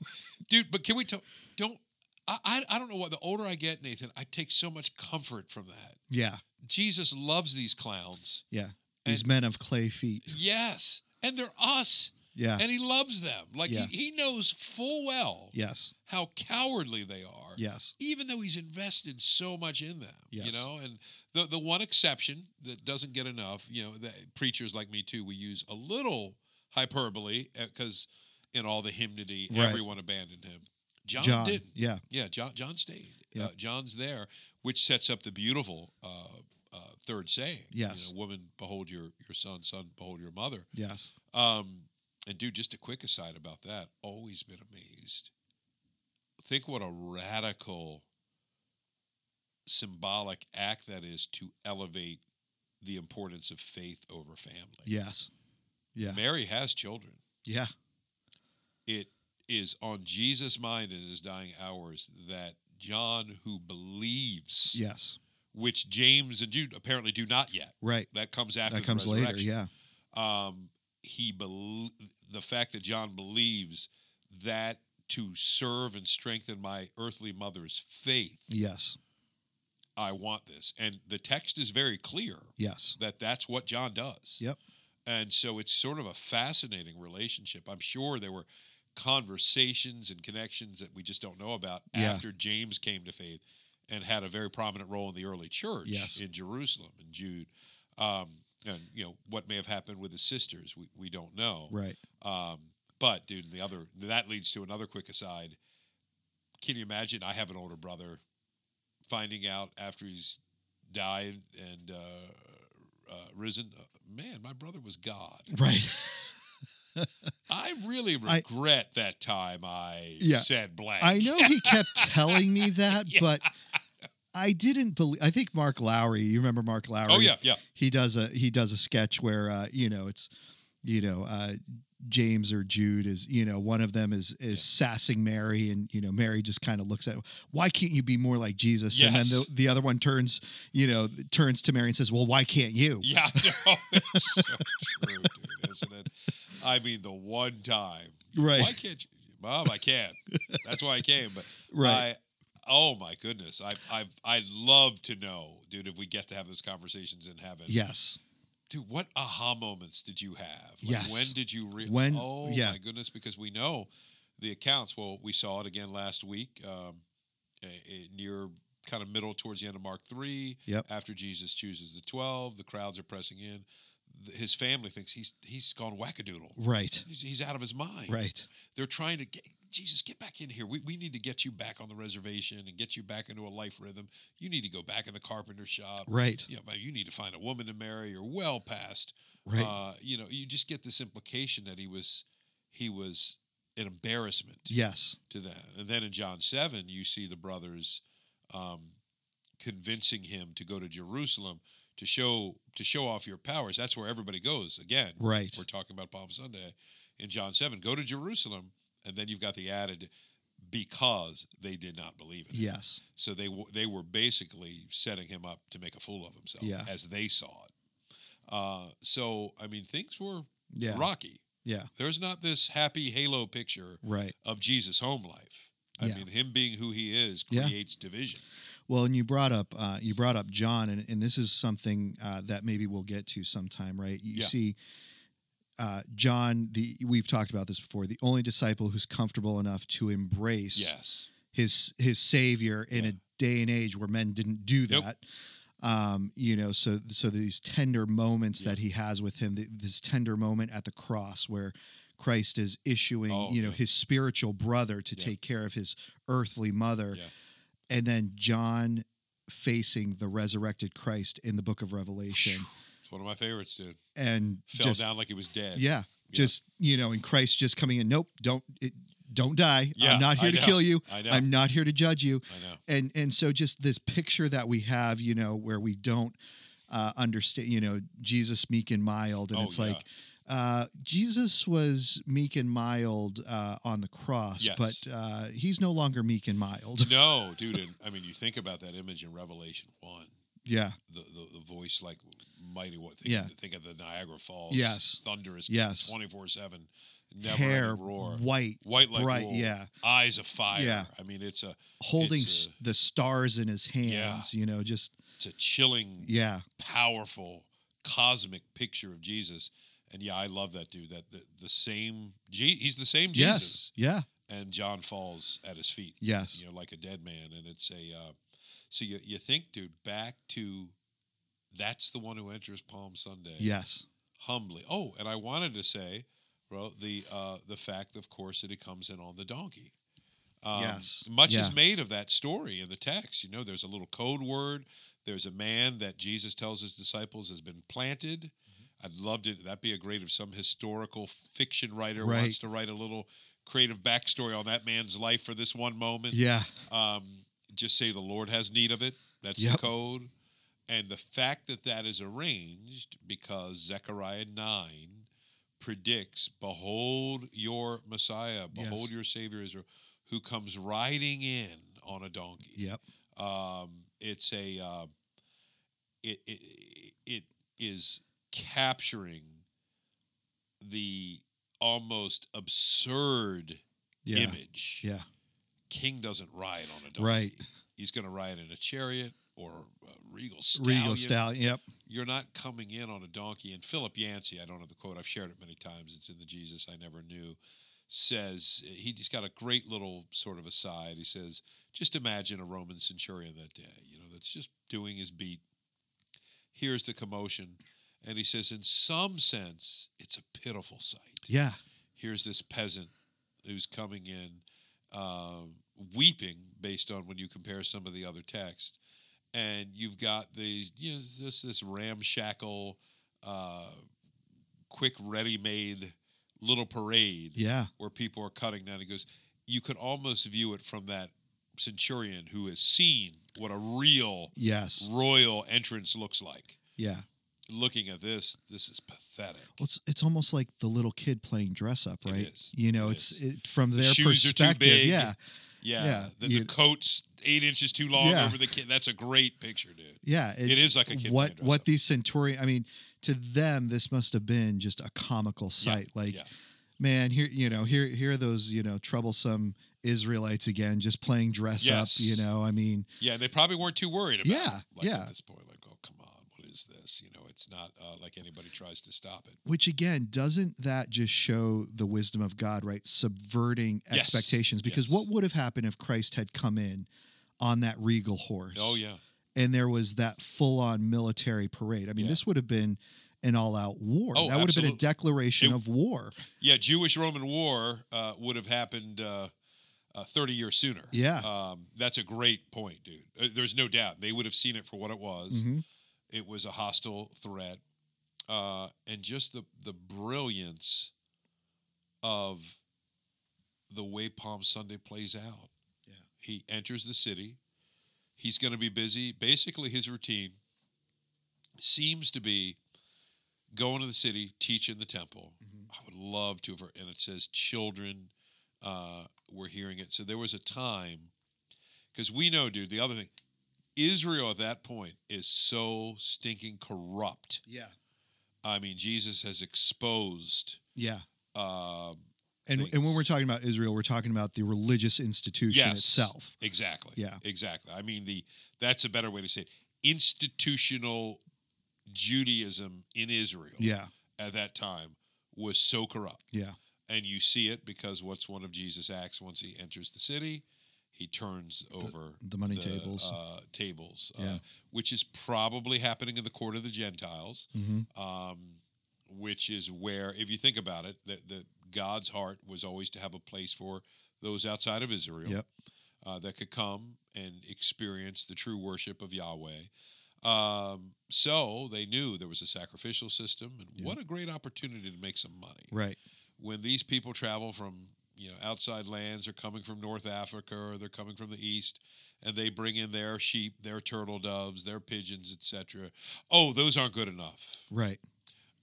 Speaker 2: dude. But can we talk? Don't I, I? I don't know what. The older I get, Nathan, I take so much comfort from that.
Speaker 1: yeah.
Speaker 2: Jesus loves these clowns.
Speaker 1: Yeah. These men of clay feet.
Speaker 2: Yes, and they're us.
Speaker 1: Yeah.
Speaker 2: and he loves them. Like
Speaker 1: Yeah.
Speaker 2: he, he knows full well
Speaker 1: yes.
Speaker 2: how cowardly they are,
Speaker 1: Yes.
Speaker 2: even though he's invested so much in them. You
Speaker 1: Yes.
Speaker 2: know, and the the one exception that doesn't get enough, you know, that preachers like me too, we use a little hyperbole because in all the hymnody,
Speaker 1: Right.
Speaker 2: everyone abandoned him. John,
Speaker 1: John.
Speaker 2: didn't.
Speaker 1: Yeah.
Speaker 2: Yeah, John John stayed.
Speaker 1: Yeah.
Speaker 2: Uh, John's there, which sets up the beautiful uh, uh, third saying.
Speaker 1: Yes.
Speaker 2: you know, woman, behold your your son; son, behold your mother.
Speaker 1: Yes.
Speaker 2: Um, and dude, just a quick aside about that. Always been amazed. Think what a radical symbolic act that is to elevate the importance of faith over family.
Speaker 1: Yes. Yeah.
Speaker 2: Mary has children.
Speaker 1: Yeah.
Speaker 2: It is on Jesus' mind in his dying hours that John, who believes,
Speaker 1: Yes.
Speaker 2: which James and Jude apparently do not yet,
Speaker 1: Right.
Speaker 2: that comes after
Speaker 1: That
Speaker 2: the
Speaker 1: comes later.
Speaker 2: resurrection.
Speaker 1: Yeah.
Speaker 2: um, he bel- the fact that John believes that to serve and strengthen my earthly mother's faith,
Speaker 1: Yes.
Speaker 2: I want this. And the text is very clear
Speaker 1: Yes.
Speaker 2: that that's what John does.
Speaker 1: Yep.
Speaker 2: And so it's sort of a fascinating relationship. I'm sure there were conversations and connections that we just don't know about
Speaker 1: Yeah.
Speaker 2: after James came to faith and had a very prominent role in the early church
Speaker 1: Yes.
Speaker 2: in Jerusalem and Jude. Um, and you know what may have happened with his sisters, we, we don't know.
Speaker 1: Right.
Speaker 2: Um, but dude, the other that leads to another quick aside. Can you imagine? I have an older brother. Finding out after he's died and uh, uh, risen, uh, man, my brother was God.
Speaker 1: Right.
Speaker 2: I really
Speaker 1: I-
Speaker 2: regret that time I
Speaker 1: Yeah.
Speaker 2: said blank.
Speaker 1: I know he kept telling me that,
Speaker 2: Yeah.
Speaker 1: but I didn't believe. I think Mark Lowry. You remember Mark Lowry?
Speaker 2: Oh yeah, yeah,
Speaker 1: He does a he does a sketch where uh, you know it's you know uh, James or Jude is you know one of them is is sassing Mary, and you know Mary just kind of looks at why can't you be more like Jesus? And then
Speaker 2: Yes.
Speaker 1: the, the other one turns you know turns to Mary and says, well, why can't you?
Speaker 2: yeah. I know. It's so true, dude, isn't it? I mean, the one time,
Speaker 1: Right.
Speaker 2: Why can't you, Mom? I can't. That's why I came. But
Speaker 1: Right.
Speaker 2: I, oh my goodness, I, I, I love to know, dude. If we get to have those conversations in heaven,
Speaker 1: yes.
Speaker 2: dude, what aha moments did you have? Like,
Speaker 1: Yes.
Speaker 2: When did you real?
Speaker 1: When-
Speaker 2: Oh
Speaker 1: yeah.
Speaker 2: my goodness, because we know the accounts. Well, we saw it again last week, um, eh, eh, near kind of middle towards the end of Mark three.
Speaker 1: Yep.
Speaker 2: After Jesus chooses the twelve, the crowds are pressing in. Th- His family thinks he's he's gone wackadoodle.
Speaker 1: Right.
Speaker 2: He's, he's out of his mind.
Speaker 1: Right.
Speaker 2: They're trying to get Jesus, get back in here. We, we need to get you back on the reservation and get you back into a life rhythm. You need to go back in the carpenter shop.
Speaker 1: Right.
Speaker 2: Yeah, but you need to find a woman to marry. You're well past
Speaker 1: Right.
Speaker 2: uh, you know, you just get this implication that he was he was an embarrassment
Speaker 1: yes.
Speaker 2: to them. And then in John seven, you see the brothers um, convincing him to go to Jerusalem to show to show off your powers. That's where everybody goes. Again,
Speaker 1: Right.
Speaker 2: we're talking about Palm Sunday in John seven. Go to Jerusalem, and then you've got the added because they did not believe in him.
Speaker 1: Yes.
Speaker 2: So they w- they were basically setting him up to make a fool of himself,
Speaker 1: Yeah.
Speaker 2: as they saw it. Uh, so I mean, things were
Speaker 1: Yeah.
Speaker 2: rocky.
Speaker 1: Yeah.
Speaker 2: There's not this happy halo picture
Speaker 1: Right.
Speaker 2: of Jesus' home life. I
Speaker 1: Yeah.
Speaker 2: mean, him being who he is
Speaker 1: Yeah.
Speaker 2: creates division.
Speaker 1: Well, and you brought up uh, you brought up John, and, and this is something uh, that maybe we'll get to sometime, right? You
Speaker 2: Yeah.
Speaker 1: see, uh, John, the we've talked about this before, the only disciple who's comfortable enough to embrace
Speaker 2: Yes,
Speaker 1: his his savior in
Speaker 2: Yeah.
Speaker 1: a day and age where men didn't do
Speaker 2: Nope.
Speaker 1: that. Um, you know, so so these tender moments
Speaker 2: Yeah.
Speaker 1: that he has with him, th- this tender moment at the cross where Christ is issuing,
Speaker 2: Oh,
Speaker 1: you know,
Speaker 2: yeah.
Speaker 1: his spiritual brother to
Speaker 2: Yeah.
Speaker 1: take care of his earthly mother,
Speaker 2: Yeah.
Speaker 1: and then John facing the resurrected Christ in the Book of Revelation,
Speaker 2: it's one of my favorites, dude.
Speaker 1: and
Speaker 2: Fell
Speaker 1: just
Speaker 2: down like he was dead.
Speaker 1: yeah, just you know, and Christ just coming in, nope, don't it, don't die.
Speaker 2: Yeah,
Speaker 1: I'm not here
Speaker 2: I
Speaker 1: to
Speaker 2: know.
Speaker 1: kill you.
Speaker 2: I know.
Speaker 1: I'm not here to judge you
Speaker 2: I know.
Speaker 1: and and so just this picture that we have you know where we don't uh, understand you know jesus meek and mild and
Speaker 2: Oh,
Speaker 1: it's
Speaker 2: yeah.
Speaker 1: like uh, jesus was meek and mild uh, on the cross
Speaker 2: Yes.
Speaker 1: but uh, he's no longer meek and mild
Speaker 2: No, dude. And, I mean, you think about that image in Revelation one.
Speaker 1: yeah
Speaker 2: the, the, the voice like mighty what think,
Speaker 1: Yeah.
Speaker 2: think of the Niagara Falls
Speaker 1: Yes.
Speaker 2: thunderous
Speaker 1: Yes.
Speaker 2: 24/7 never
Speaker 1: hair
Speaker 2: ending roar
Speaker 1: white
Speaker 2: white like
Speaker 1: bright
Speaker 2: wool,
Speaker 1: yeah
Speaker 2: eyes of fire
Speaker 1: Yeah.
Speaker 2: I mean it's a
Speaker 1: holding
Speaker 2: It's,
Speaker 1: s
Speaker 2: uh,
Speaker 1: the stars in his hands you know just
Speaker 2: it's a chilling
Speaker 1: yeah
Speaker 2: powerful cosmic picture of Jesus And yeah, I love that dude. That the, the same Je- he's the same
Speaker 1: Yes.
Speaker 2: Jesus.
Speaker 1: Yeah.
Speaker 2: And John falls at his feet.
Speaker 1: Yes.
Speaker 2: You know, like a dead man. And it's a uh, so you you think, dude, back to that's the one who enters Palm Sunday
Speaker 1: Yes.
Speaker 2: humbly. Oh, and I wanted to say, well, the uh, the fact, of course, that it comes in on the donkey. Um,
Speaker 1: Yes.
Speaker 2: Much
Speaker 1: Yeah.
Speaker 2: is made of that story in the text. You know, there's a little code word. There's a man that Jesus tells his disciples has been planted.
Speaker 1: Mm-hmm.
Speaker 2: I'd love to. That'd be a great if some historical fiction writer
Speaker 1: Right.
Speaker 2: wants to write a little creative backstory on that man's life for this one moment
Speaker 1: Yeah.
Speaker 2: um, just say the Lord has need of it. That's
Speaker 1: Yep.
Speaker 2: the code. And the fact that that is arranged because Zechariah 9 predicts, Behold your Messiah, behold your Savior Israel, who comes riding in on a donkey.
Speaker 1: Yep.
Speaker 2: Um, it's a, uh, it, it, it is capturing the almost absurd
Speaker 1: Yeah.
Speaker 2: image
Speaker 1: Yeah.
Speaker 2: King doesn't ride on a donkey.
Speaker 1: Right.
Speaker 2: He's going to ride in a chariot or a regal stallion.
Speaker 1: Regal stallion. Yep.
Speaker 2: You're not coming in on a donkey. And Philip Yancey, I don't have the quote. I've shared it many times. It's in the Jesus I Never Knew. Says he- he's got a great little sort of aside. He says, just imagine a Roman centurion that day. You know, that's just doing his beat. Here's the commotion, and he says, in some sense, it's a pitiful sight
Speaker 1: Yeah.
Speaker 2: here's this peasant who's coming in uh, weeping based on when you compare some of the other text and you've got these you know this this ramshackle uh, quick ready-made little parade
Speaker 1: Yeah.
Speaker 2: where people are cutting down he goes you could almost view it from that centurion who has seen what a real
Speaker 1: Yes.
Speaker 2: royal entrance looks like
Speaker 1: Yeah.
Speaker 2: looking at this this is pathetic
Speaker 1: Well, it's it's almost like the little kid playing dress up,
Speaker 2: It
Speaker 1: right?
Speaker 2: is.
Speaker 1: You know,
Speaker 2: It
Speaker 1: it's
Speaker 2: is.
Speaker 1: it, from their
Speaker 2: shoes are too
Speaker 1: perspective.
Speaker 2: big.
Speaker 1: Yeah,
Speaker 2: Yeah,
Speaker 1: Yeah,
Speaker 2: the,
Speaker 1: you-
Speaker 2: the coat's eight inches too long
Speaker 1: Yeah.
Speaker 2: over the kid. That's a great picture, dude.
Speaker 1: yeah.
Speaker 2: it is like a kid.
Speaker 1: what
Speaker 2: playing dress
Speaker 1: what
Speaker 2: up.
Speaker 1: these centurion? I mean, to them, this must have been just a comical
Speaker 2: Yeah,
Speaker 1: sight. like,
Speaker 2: yeah.
Speaker 1: man, here you know, here here are those you know troublesome Israelites again, just playing dress
Speaker 2: Yes.
Speaker 1: up. You know, I mean,
Speaker 2: yeah, they probably weren't too worried about.
Speaker 1: Yeah,
Speaker 2: it, like,
Speaker 1: yeah.
Speaker 2: At this point, like, oh come on, what is this? You know, it's not uh, like anybody tries to stop it.
Speaker 1: which again doesn't that just show the wisdom of god right subverting
Speaker 2: Yes.
Speaker 1: expectations because
Speaker 2: Yes.
Speaker 1: what would have happened if christ had come in on that regal horse
Speaker 2: Oh yeah,
Speaker 1: and there was that full-on military parade i mean
Speaker 2: Yeah.
Speaker 1: this would have been an all-out war
Speaker 2: Oh,
Speaker 1: that would have been a
Speaker 2: absolutely.
Speaker 1: declaration
Speaker 2: It-
Speaker 1: of war
Speaker 2: yeah. Jewish-Roman War uh, would have happened uh, uh, thirty years sooner.
Speaker 1: Yeah.
Speaker 2: um, that's a great point, dude. Uh, there's no doubt they would have seen it for what it was.
Speaker 1: Mhm.
Speaker 2: It was a hostile threat, uh, and just the the brilliance of the way Palm Sunday plays out.
Speaker 1: Yeah.
Speaker 2: He enters the city. He's going to be busy. Basically, his routine seems to be going to the city, teaching the temple.
Speaker 1: Mm-hmm.
Speaker 2: I would love to have heard, and it says children uh, were hearing it. So there was a time, because we know, dude, the other thing, Israel at that point is so stinking corrupt.
Speaker 1: yeah
Speaker 2: I mean, Jesus has exposed.
Speaker 1: yeah
Speaker 2: Um,
Speaker 1: and,
Speaker 2: Things.
Speaker 1: and when we're talking about israel we're talking about the religious institution
Speaker 2: Yes.
Speaker 1: itself
Speaker 2: Exactly.
Speaker 1: Yeah.
Speaker 2: Exactly. I mean the that's a better way to say it. Institutional Judaism in Israel
Speaker 1: yeah
Speaker 2: at that time was so corrupt.
Speaker 1: yeah
Speaker 2: And you see it because what's one of Jesus' acts once he enters the city, he turns over
Speaker 1: the money tables
Speaker 2: uh, tables, uh,
Speaker 1: Yeah.
Speaker 2: which is probably happening in the court of the Gentiles
Speaker 1: hmm
Speaker 2: um, which is where, if you think about it, that the God's heart was always to have a place for those outside of Israel
Speaker 1: Yep.
Speaker 2: uh, that could come and experience the true worship of Yahweh. Um, so they knew there was a sacrificial system, and
Speaker 1: Yeah.
Speaker 2: what a great opportunity to make some money
Speaker 1: right
Speaker 2: when these people travel from you know outside lands or coming from North Africa or they're coming from the east and they bring in their sheep, their turtle doves, their pigeons, etc. Oh, those aren't good enough
Speaker 1: right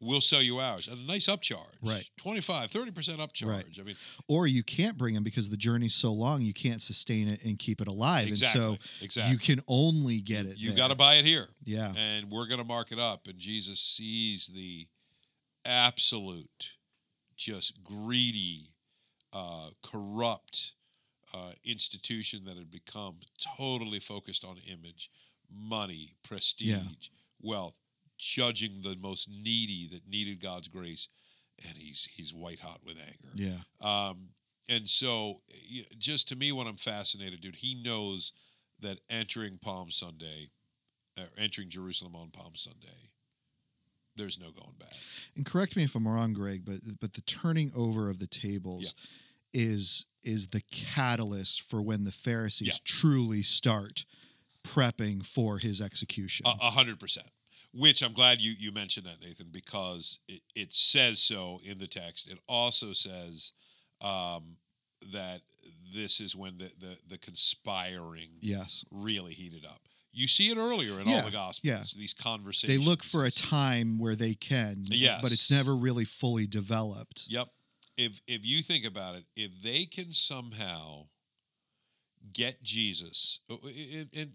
Speaker 2: we'll sell you ours at a nice upcharge.
Speaker 1: Right.
Speaker 2: 25, 30% upcharge.
Speaker 1: Right.
Speaker 2: I mean,
Speaker 1: or you can't bring them because the journey's so long you can't sustain it and keep it alive
Speaker 2: exactly.
Speaker 1: and so
Speaker 2: exactly.
Speaker 1: you can only get it
Speaker 2: You
Speaker 1: there.
Speaker 2: got to buy it here
Speaker 1: yeah
Speaker 2: and we're going to mark it up. And Jesus sees the absolute, just greedy, uh, corrupt uh, institution that had become totally focused on image, money, prestige, wealth. judging the most needy that needed God's grace, and he's he's white hot with anger.
Speaker 1: Yeah.
Speaker 2: Um, and so, y- just to me, what I'm fascinated, dude, he knows that entering Palm Sunday, or entering Jerusalem on Palm Sunday, there's no going back.
Speaker 1: And correct me if I'm wrong, Greg, but but the turning over of the tables is is the catalyst for when the Pharisees
Speaker 2: Yeah.
Speaker 1: truly start prepping for his execution.
Speaker 2: A a hundred percent. Which I'm glad you you mentioned that, Nathan, because it, it says so in the text. It also says um, that this is when the the, the conspiring
Speaker 1: yes.
Speaker 2: really heated up. You see it earlier in all
Speaker 1: Yeah,
Speaker 2: the gospels.
Speaker 1: yeah.
Speaker 2: These conversations.
Speaker 1: They look for a time where they can,
Speaker 2: Yes.
Speaker 1: but it's never really fully developed.
Speaker 2: Yep. If if you think about it, if they can somehow get Jesus, uh, and, and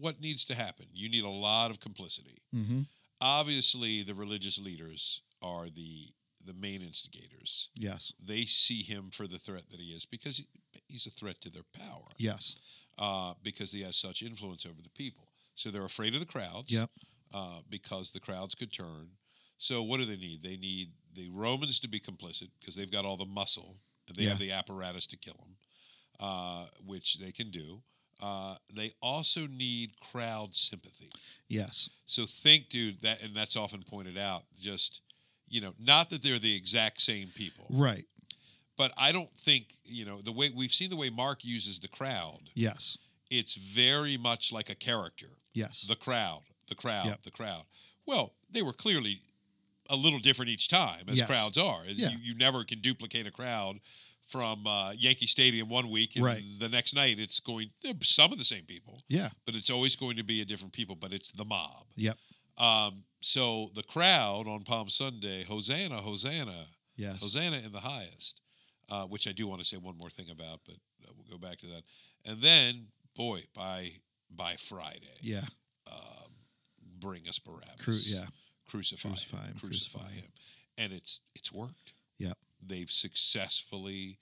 Speaker 2: what needs to happen? You need a lot of complicity.
Speaker 1: hmm
Speaker 2: obviously the religious leaders are the the main instigators
Speaker 1: Yes.
Speaker 2: they see him for the threat that he is because he- he's a threat to their power
Speaker 1: Yes.
Speaker 2: uh, because he has such influence over the people so they're afraid of the crowds
Speaker 1: Yep.
Speaker 2: uh, because the crowds could turn so what do they need they need the romans to be complicit because they've got all the muscle and they have the apparatus to kill him uh, which they can do uh, they also need crowd sympathy
Speaker 1: Yes.
Speaker 2: so think, dude, that and that's often pointed out. Just you know, not that they're the exact same people,
Speaker 1: Right.
Speaker 2: but I don't think you know the way we've seen the way Mark uses the crowd.
Speaker 1: Yes.
Speaker 2: It's very much like a character.
Speaker 1: Yes.
Speaker 2: The crowd, the crowd,
Speaker 1: Yep.
Speaker 2: the crowd. Well, they were clearly a little different each time, as
Speaker 1: Yes.
Speaker 2: crowds are.
Speaker 1: Yeah.
Speaker 2: You, you never can duplicate a crowd from uh, Yankee Stadium one week, and
Speaker 1: Right.
Speaker 2: the next night it's going they're some of the same people,
Speaker 1: yeah.
Speaker 2: but it's always going to be a different people. But it's the mob.
Speaker 1: Yep.
Speaker 2: Um, so the crowd on Palm Sunday, Hosanna, Hosanna,
Speaker 1: Yes.
Speaker 2: Hosanna in the highest, uh, which I do want to say one more thing about, but uh, we'll go back to that. And then, boy, by by Friday,
Speaker 1: Yeah.
Speaker 2: um, bring us Barabbas.
Speaker 1: Cru- yeah.
Speaker 2: crucify,
Speaker 1: Crucify
Speaker 2: him,
Speaker 1: him,
Speaker 2: crucify
Speaker 1: crucify
Speaker 2: him.
Speaker 1: him.
Speaker 2: And it's it's worked.
Speaker 1: Yep.
Speaker 2: They've successfully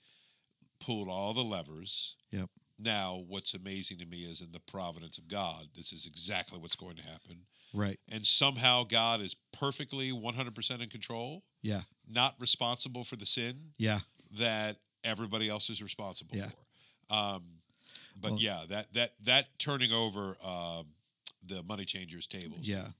Speaker 2: pulled all the levers.
Speaker 1: Yep.
Speaker 2: Now, what's amazing to me is in the providence of God, this is exactly what's going to happen
Speaker 1: Right.
Speaker 2: and somehow God is perfectly 100% in control,
Speaker 1: Yeah.
Speaker 2: not responsible for the sin
Speaker 1: Yeah.
Speaker 2: that everybody else is responsible
Speaker 1: Yeah.
Speaker 2: for. Um, but
Speaker 1: Well-
Speaker 2: yeah, that that that turning over um, the money changers' tables.
Speaker 1: Yeah.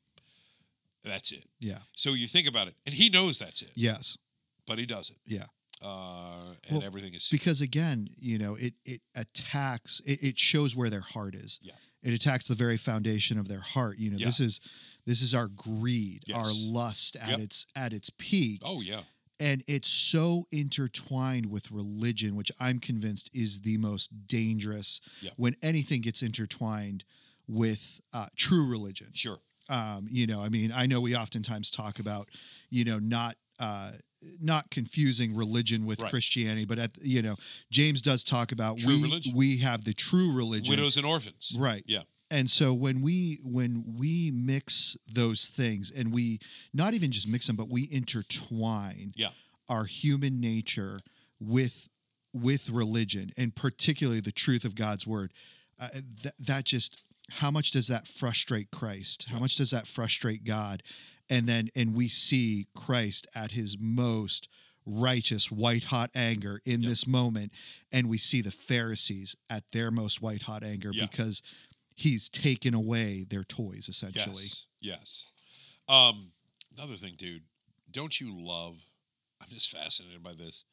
Speaker 2: that's it.
Speaker 1: Yeah.
Speaker 2: So you think about it, and he knows that's it,
Speaker 1: Yes.
Speaker 2: but he doesn't.
Speaker 1: Yeah.
Speaker 2: uh, and
Speaker 1: Well,
Speaker 2: everything is secret.
Speaker 1: because again you know it it attacks it, it shows where their heart is
Speaker 2: Yeah.
Speaker 1: it attacks the very foundation of their heart you know
Speaker 2: Yeah.
Speaker 1: this is this is our greed our
Speaker 2: Yes.
Speaker 1: lust at
Speaker 2: Yep.
Speaker 1: its at its peak
Speaker 2: oh yeah,
Speaker 1: and it's so intertwined with religion which i'm convinced is the most dangerous
Speaker 2: Yep.
Speaker 1: when anything gets intertwined with uh, true religion
Speaker 2: sure,
Speaker 1: um, you know i mean i know we oftentimes talk about you know not uh, not confusing religion with
Speaker 2: Right.
Speaker 1: christianity but at you know james does talk about
Speaker 2: True
Speaker 1: we
Speaker 2: religion.
Speaker 1: we have the true religion
Speaker 2: widows and orphans.
Speaker 1: right
Speaker 2: Yeah.
Speaker 1: and so when we when we mix those things and we not even just mix them but we intertwine
Speaker 2: Yeah.
Speaker 1: our human nature with with religion and particularly the truth of God's word uh, th- that just how much does that frustrate Christ how much does that frustrate God and then and we see Christ at his most righteous white hot anger in
Speaker 2: Yeah.
Speaker 1: this moment and we see the Pharisees at their most white hot anger
Speaker 2: Yeah.
Speaker 1: because he's taken away their toys essentially.
Speaker 2: Yes. Yes. Um, another thing, dude, don't you love? I'm just fascinated by this.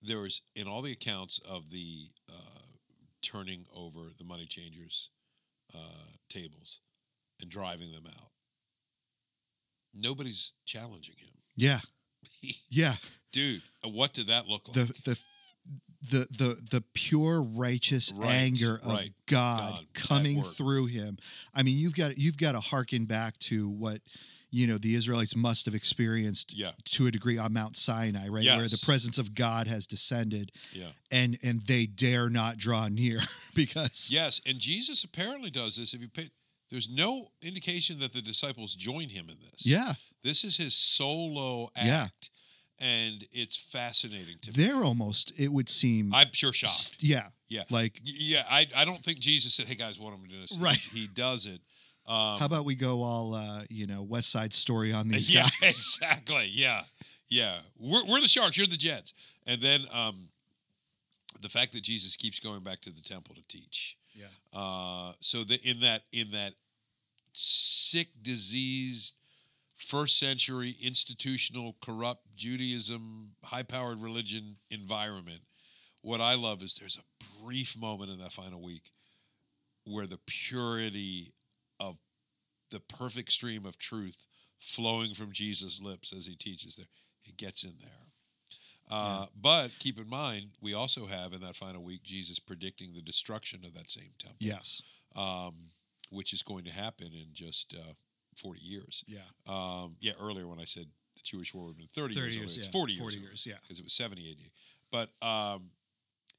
Speaker 2: There was in all the accounts of the uh, turning over the money changers' uh, tables and driving them out. Nobody's challenging him,
Speaker 1: Yeah. Yeah.
Speaker 2: dude. uh, What did that look like?
Speaker 1: The the the the the pure righteous
Speaker 2: Right,
Speaker 1: anger of
Speaker 2: right.
Speaker 1: God,
Speaker 2: God, at
Speaker 1: coming
Speaker 2: work.
Speaker 1: through him. I mean, you've got you've got to hearken back to what you know the Israelites must have experienced
Speaker 2: yeah,
Speaker 1: to a degree on Mount Sinai, right? Where the
Speaker 2: Yes.
Speaker 1: presence of God has descended
Speaker 2: yeah.
Speaker 1: and and they dare not draw near because
Speaker 2: Yes, and Jesus apparently does this. If you pay, there's no indication that the disciples join him in this.
Speaker 1: yeah,
Speaker 2: This is his solo
Speaker 1: Yeah.
Speaker 2: act, and it's fascinating to me.
Speaker 1: they're almost it would seem
Speaker 2: I'm sure shocked.
Speaker 1: yeah.
Speaker 2: Yeah.
Speaker 1: Like
Speaker 2: Y- Yeah, I, I don't think Jesus said, "Hey guys, what am I doing?" This?
Speaker 1: Right.
Speaker 2: He does it, Um,
Speaker 1: How about we go all uh, you know West Side Story on these
Speaker 2: yeah,
Speaker 1: guys?
Speaker 2: exactly. Yeah, yeah. We're, we're the sharks. You're the Jets. And then um, the fact that Jesus keeps going back to the temple to teach.
Speaker 1: Yeah.
Speaker 2: Uh, so the, in that in that sick, diseased, first century institutional, corrupt Judaism, high powered religion environment, what I love is there's a brief moment in that final week where the purity of the perfect stream of truth flowing from Jesus' lips as he teaches there, it gets in there. Uh, But keep in mind, we also have in that final week Jesus predicting the destruction of that same temple
Speaker 1: Yes.
Speaker 2: um, which is going to happen in just uh, 40 years.
Speaker 1: Yeah.
Speaker 2: Um, yeah, earlier when I said the Jewish war would have been 30,
Speaker 1: 30
Speaker 2: years,
Speaker 1: years,
Speaker 2: earlier. it's
Speaker 1: yeah.
Speaker 2: 40 years,
Speaker 1: 40 years, yeah.
Speaker 2: because it was 70 AD. But um,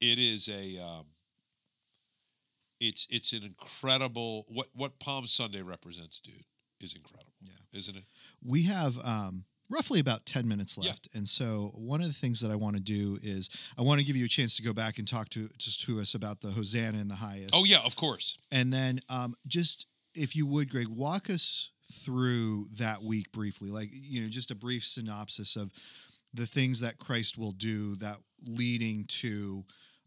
Speaker 2: it is a um, it's it's an incredible what what Palm Sunday represents, dude, is incredible,
Speaker 1: Yeah.
Speaker 2: isn't it?
Speaker 1: we have um, roughly about 10 minutes
Speaker 2: Yeah.
Speaker 1: left and so one of the things that i want to do is i want to give you a chance to go back and talk to just to us about the hosanna in the highest
Speaker 2: Oh yeah, of course.
Speaker 1: and then um, just if you would greg walk us through that week briefly like you know just a brief synopsis of the things that christ will do that leading to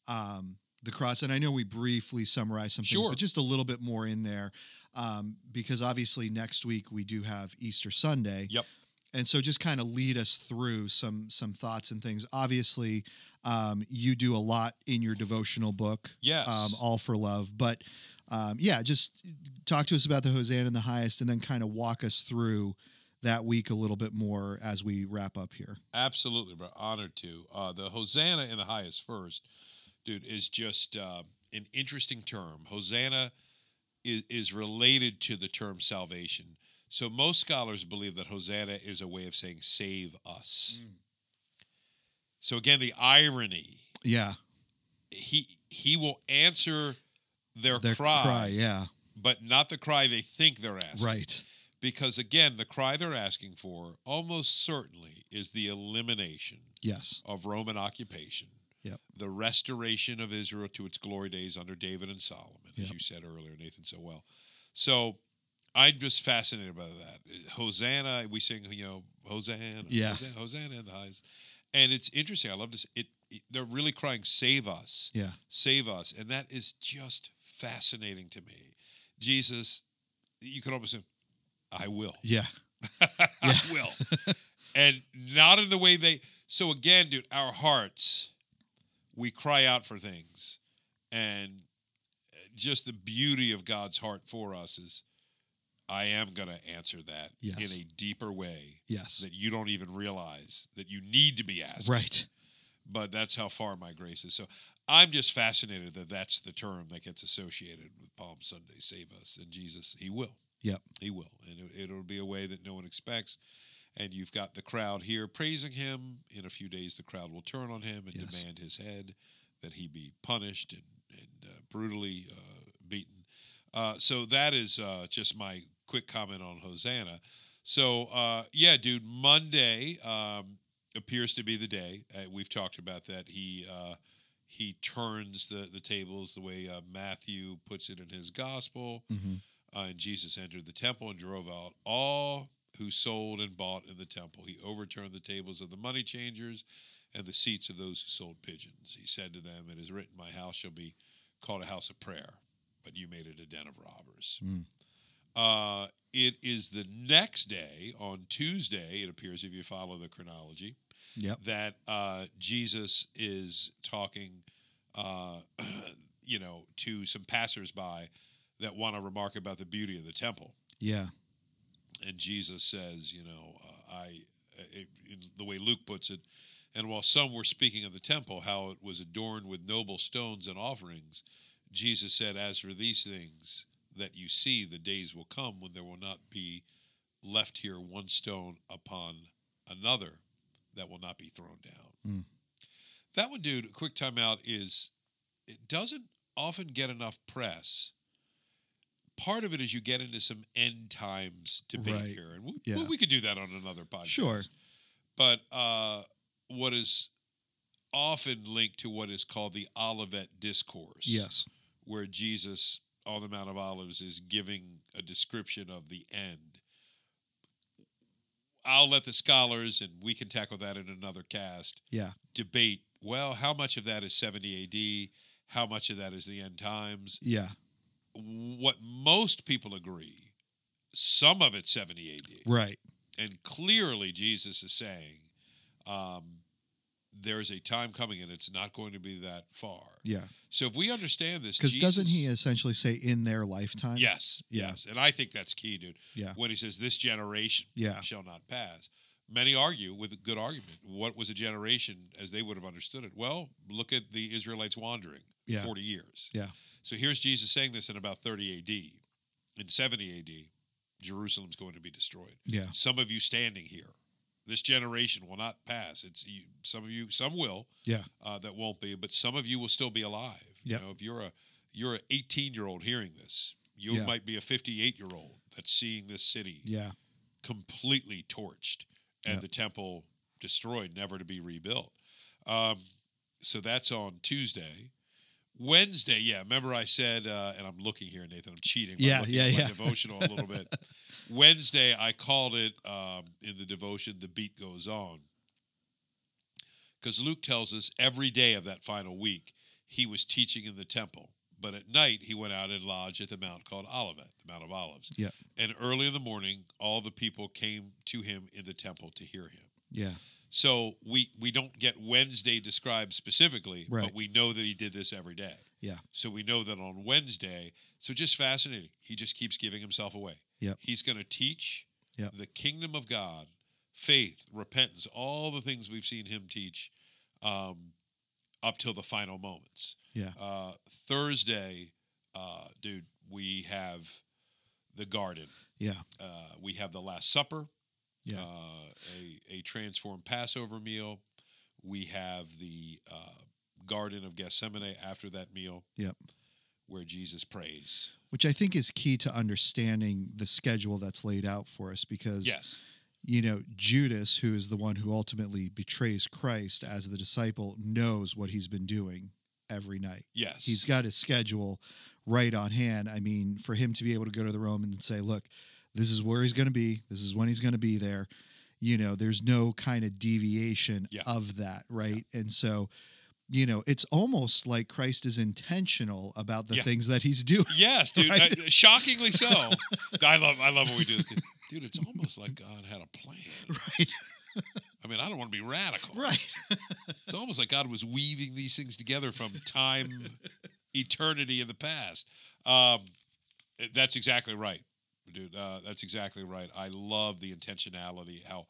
Speaker 1: um, the cross and i know we briefly summarized some things
Speaker 2: Sure.
Speaker 1: but just a little bit more in there um, because obviously next week we do have easter sunday
Speaker 2: Yep.
Speaker 1: and so just kind of lead us through some some thoughts and things obviously um, you do a lot in your devotional book
Speaker 2: Yes.
Speaker 1: um, all for love but um, yeah just talk to us about the hosanna in the highest and then kind of walk us through that week a little bit more as we wrap up here
Speaker 2: Absolutely, bro. Honored to. Uh, the Hosanna in the highest first, dude, is just uh, an interesting term. Hosanna is, is related to the term salvation. So most scholars believe that Hosanna is a way of saying save us.
Speaker 1: Mm.
Speaker 2: So again, the irony
Speaker 1: yeah
Speaker 2: he he will answer their,
Speaker 1: their
Speaker 2: cry,
Speaker 1: cry yeah
Speaker 2: but not the cry they think they're asking
Speaker 1: right
Speaker 2: because again the cry they're asking for almost certainly is the elimination
Speaker 1: yes
Speaker 2: of Roman occupation,
Speaker 1: Yep.
Speaker 2: the restoration of Israel to its glory days under David and Solomon, as
Speaker 1: Yep.
Speaker 2: you said earlier, Nathan, so well. So I'm just fascinated by that. Hosanna, we sing, you know, Hosanna,
Speaker 1: Yeah.
Speaker 2: Hosanna, Hosanna in the highest. And it's interesting. I love this. It, it they're really crying, save us,
Speaker 1: yeah
Speaker 2: save us, and that is just fascinating to me. Jesus, you could almost say, I will.
Speaker 1: yeah
Speaker 2: I will. and not in the way they. So again, dude, our hearts, we cry out for things, and just the beauty of God's heart for us is, I am going to answer that
Speaker 1: Yes.
Speaker 2: in a deeper way
Speaker 1: yes
Speaker 2: that you don't even realize that you need to be asked.
Speaker 1: right
Speaker 2: But that's how far my grace is. So I'm just fascinated that that's the term that gets associated with Palm Sunday. Save us, and Jesus, He will.
Speaker 1: yep
Speaker 2: He will, and it- it'll be a way that no one expects. And you've got the crowd here praising him. In a few days, the crowd will turn on him and
Speaker 1: Yes.
Speaker 2: demand his head, that he be punished and, and uh, brutally uh, beaten. Uh, so that is uh, just my quick comment on Hosanna. So uh, yeah, dude, Monday um, appears to be the day. Uh, we've talked about that. He uh, he turns the the tables the way uh, Matthew puts it in his gospel.
Speaker 1: hmm
Speaker 2: Uh, and Jesus entered the temple and drove out all who sold and bought in the temple. He overturned the tables of the money changers and the seats of those who sold pigeons. He said to them, It is written, My house shall be called a house of prayer, but you made it a den of robbers.
Speaker 1: Mm.
Speaker 2: Uh, it is the next day, on Tuesday, it appears, if you follow the chronology,
Speaker 1: yep
Speaker 2: that uh, Jesus is talking, uh, you know, to some passersby that want to remark about the beauty of the temple.
Speaker 1: yeah
Speaker 2: And Jesus says, you know, uh, I, it, in the way Luke puts it, and while some were speaking of the temple, how it was adorned with noble stones and offerings, Jesus said, as for these things that you see, the days will come when there will not be left here one stone upon another that will not be thrown down.
Speaker 1: Mm.
Speaker 2: That one, dude, quick timeout is it doesn't often get enough press. Part of it is you get into some end times debate
Speaker 1: Right.
Speaker 2: here, and we,
Speaker 1: Yeah.
Speaker 2: we- we could do that on another podcast.
Speaker 1: Sure.
Speaker 2: But uh, what is often linked to what is called the Olivet Discourse,
Speaker 1: yes
Speaker 2: where Jesus on the Mount of Olives is giving a description of the end. I'll let the scholars, and we can tackle that in another cast,
Speaker 1: Yeah.
Speaker 2: debate well, how much of that is 70 AD? How much of that is the end times?
Speaker 1: Yeah.
Speaker 2: What most people agree, some of it's 70 AD
Speaker 1: Right.
Speaker 2: and clearly Jesus is saying um, there's a time coming and it's not going to be that far.
Speaker 1: Yeah.
Speaker 2: So if we understand this,
Speaker 1: Because doesn't
Speaker 2: Jesus-
Speaker 1: he essentially say in their lifetime?
Speaker 2: Yes,
Speaker 1: Yeah.
Speaker 2: yes, and I think that's key, dude.
Speaker 1: Yeah.
Speaker 2: When he says this generation
Speaker 1: Yeah.
Speaker 2: shall not pass, many argue with a good argument. What was a generation as they would have understood it? Well, look at the Israelites wandering
Speaker 1: Yeah.
Speaker 2: forty years.
Speaker 1: Yeah.
Speaker 2: So here's Jesus saying this in about thirty A.D. In seventy A.D., Jerusalem's going to be destroyed
Speaker 1: Yeah.
Speaker 2: some of you standing here. This generation will not pass. It's you, some of you, some will.
Speaker 1: Yeah.
Speaker 2: Uh, that won't be, but some of you will still be alive.
Speaker 1: Yep.
Speaker 2: You know, if you're a you're an 18 year old hearing this, you
Speaker 1: Yeah.
Speaker 2: might be a 58 year old that's seeing this city
Speaker 1: Yeah.
Speaker 2: completely torched and
Speaker 1: Yep.
Speaker 2: the temple destroyed, never to be rebuilt. Um, so that's on Tuesday. Wednesday, yeah. Remember, I said, uh, and I'm looking here, Nathan. I'm cheating. by
Speaker 1: Yeah,
Speaker 2: looking
Speaker 1: yeah,
Speaker 2: at my
Speaker 1: yeah.
Speaker 2: Devotional a little bit. Wednesday, I called it um, in the devotion. The beat goes on because Luke tells us every day of that final week he was teaching in the temple, but at night he went out and lodged at the mount called Olivet, the Mount of Olives.
Speaker 1: Yeah.
Speaker 2: And early in the morning, all the people came to him in the temple to hear him.
Speaker 1: Yeah.
Speaker 2: So we we don't get Wednesday described specifically,
Speaker 1: Right.
Speaker 2: but we know that he did this every day.
Speaker 1: Yeah.
Speaker 2: So we know that on Wednesday. So just fascinating. He just keeps giving himself away.
Speaker 1: Yep.
Speaker 2: He's going to teach
Speaker 1: Yep.
Speaker 2: the kingdom of God, faith, repentance, all the things we've seen him teach um, up till the final moments.
Speaker 1: Yeah.
Speaker 2: Uh, Thursday, uh, dude, we have the garden.
Speaker 1: Yeah.
Speaker 2: Uh, we have the Last Supper
Speaker 1: Yeah.
Speaker 2: uh, a, a transformed Passover meal. We have the uh, Garden of Gethsemane after that meal.
Speaker 1: Yep.
Speaker 2: Where Jesus prays.
Speaker 1: Which I think is key to understanding the schedule that's laid out for us because
Speaker 2: Yes.
Speaker 1: you know, Judas, who is the one who ultimately betrays Christ as the disciple, knows what he's been doing every night.
Speaker 2: Yes.
Speaker 1: He's got his schedule right on hand. I mean, for him to be able to go to the Romans and say, look, this is where he's going to be, this is when he's going to be there, you know, there's no kind of deviation
Speaker 2: Yeah.
Speaker 1: of that, right? And so, you know, it's almost like Christ is intentional about the
Speaker 2: Yeah.
Speaker 1: things that he's doing.
Speaker 2: Yes, dude.
Speaker 1: Right?
Speaker 2: I- shockingly so. I love. I love what we do, dude. It's almost like God had a plan.
Speaker 1: Right.
Speaker 2: I mean, I don't want to be radical.
Speaker 1: Right.
Speaker 2: It's almost like God was weaving these things together from time, eternity in the past. Um, that's exactly right, dude. Uh, that's exactly right. I love the intentionality, how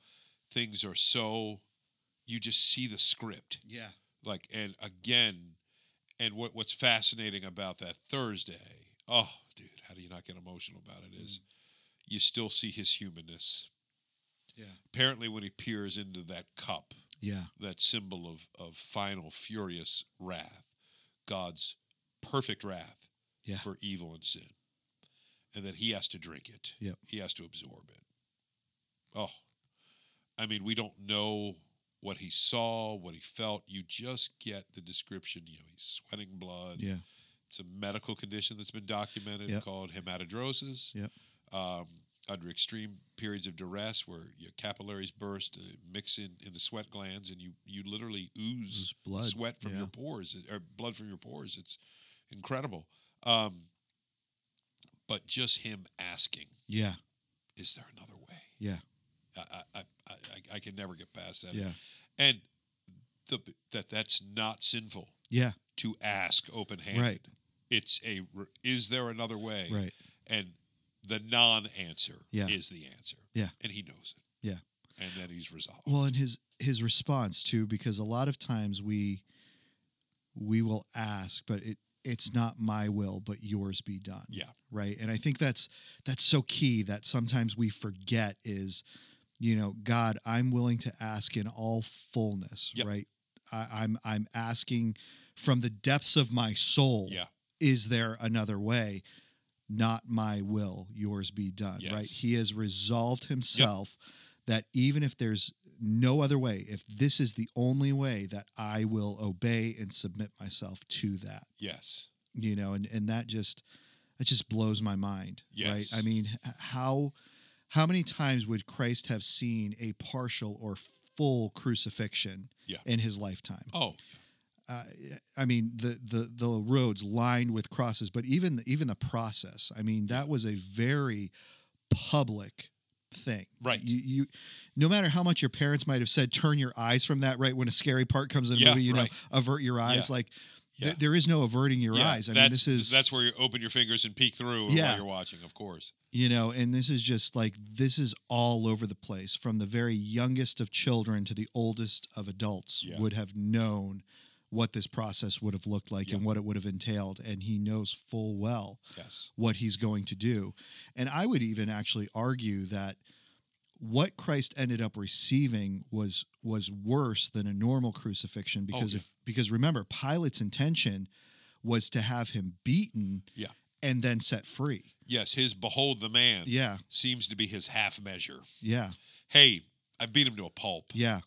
Speaker 2: things are so, you just see the script.
Speaker 1: Yeah.
Speaker 2: Like, and again, and what, what's fascinating about that Thursday, oh, dude, how do you not get emotional about it is you still see his humanness.
Speaker 1: Yeah.
Speaker 2: Apparently, when he peers into that cup,
Speaker 1: Yeah.
Speaker 2: that symbol of, of final furious wrath, God's perfect wrath
Speaker 1: Yeah.
Speaker 2: for evil and sin, and that he has to drink it.
Speaker 1: Yep.
Speaker 2: He has to absorb it. Oh, I mean, we don't know what he saw, what he felt. You just get the description. You know, he's sweating blood.
Speaker 1: Yeah.
Speaker 2: It's a medical condition that's been documented
Speaker 1: Yep.
Speaker 2: called hematidrosis.
Speaker 1: Yep.
Speaker 2: Um, under extreme periods of duress, where your capillaries burst, uh, mix in in the sweat glands, and you you literally ooze
Speaker 1: Lose blood.
Speaker 2: sweat from
Speaker 1: yeah.
Speaker 2: your pores it- or blood from your pores. It's incredible. Um, but just him asking,
Speaker 1: Yeah.
Speaker 2: "Is there another way?"
Speaker 1: Yeah.
Speaker 2: I I, I, I, I can never get past that.
Speaker 1: Yeah.
Speaker 2: And the that that's not sinful
Speaker 1: Yeah.
Speaker 2: to ask open handed.
Speaker 1: Right.
Speaker 2: It's a r- is there another way?
Speaker 1: Right.
Speaker 2: And the non answer
Speaker 1: Yeah.
Speaker 2: is the answer.
Speaker 1: Yeah.
Speaker 2: And he knows it.
Speaker 1: Yeah.
Speaker 2: And then he's resolved.
Speaker 1: Well, and his his response too, because a lot of times we we will ask, but it it's not my will, but yours be done.
Speaker 2: Yeah.
Speaker 1: Right. And I think that's that's so key that sometimes we forget is, you know, God, I'm willing to ask in all fullness,
Speaker 2: Yep.
Speaker 1: right? I, I'm I'm asking from the depths of my soul
Speaker 2: yeah.
Speaker 1: is there another way? Not my will, yours be done.
Speaker 2: Yes.
Speaker 1: Right? He has resolved himself that even if there's no other way, if this is the only way, that I will obey and submit myself to that.
Speaker 2: Yes.
Speaker 1: You know, and and that just That just blows my mind.
Speaker 2: Yes.
Speaker 1: Right? I mean, h- how how many times would Christ have seen a partial or full crucifixion
Speaker 2: Yeah.
Speaker 1: in his lifetime?
Speaker 2: Oh,
Speaker 1: uh, I mean the the the roads lined with crosses, but even even the process. I mean that was a very public thing.
Speaker 2: Right.
Speaker 1: You, you no matter how much your parents might have said, turn your eyes from that. Right when a scary part comes in the
Speaker 2: Yeah,
Speaker 1: movie, you
Speaker 2: right.
Speaker 1: know, avert your eyes.
Speaker 2: Yeah.
Speaker 1: Like
Speaker 2: yeah.
Speaker 1: th- there is no averting your
Speaker 2: Yeah,
Speaker 1: eyes. I mean
Speaker 2: that's-
Speaker 1: this is
Speaker 2: that's where you open your fingers and peek through
Speaker 1: Yeah.
Speaker 2: while you're watching, of course.
Speaker 1: you know, and this is just like this is all over the place from the very youngest of children to the oldest of adults
Speaker 2: Yeah.
Speaker 1: would have known what this process would have looked like and
Speaker 2: Yeah.
Speaker 1: what it would have entailed and he knows full well
Speaker 2: Yes.
Speaker 1: what he's going to do. And I would even actually argue that what Christ ended up receiving was was worse than a normal crucifixion because
Speaker 2: Oh, yeah.
Speaker 1: if because remember Pilate's intention was to have him beaten
Speaker 2: Yeah.
Speaker 1: and then set free.
Speaker 2: Yes, his behold the man
Speaker 1: Yeah,
Speaker 2: seems to be his half measure.
Speaker 1: yeah,
Speaker 2: Hey, I beat him to a pulp.
Speaker 1: yeah,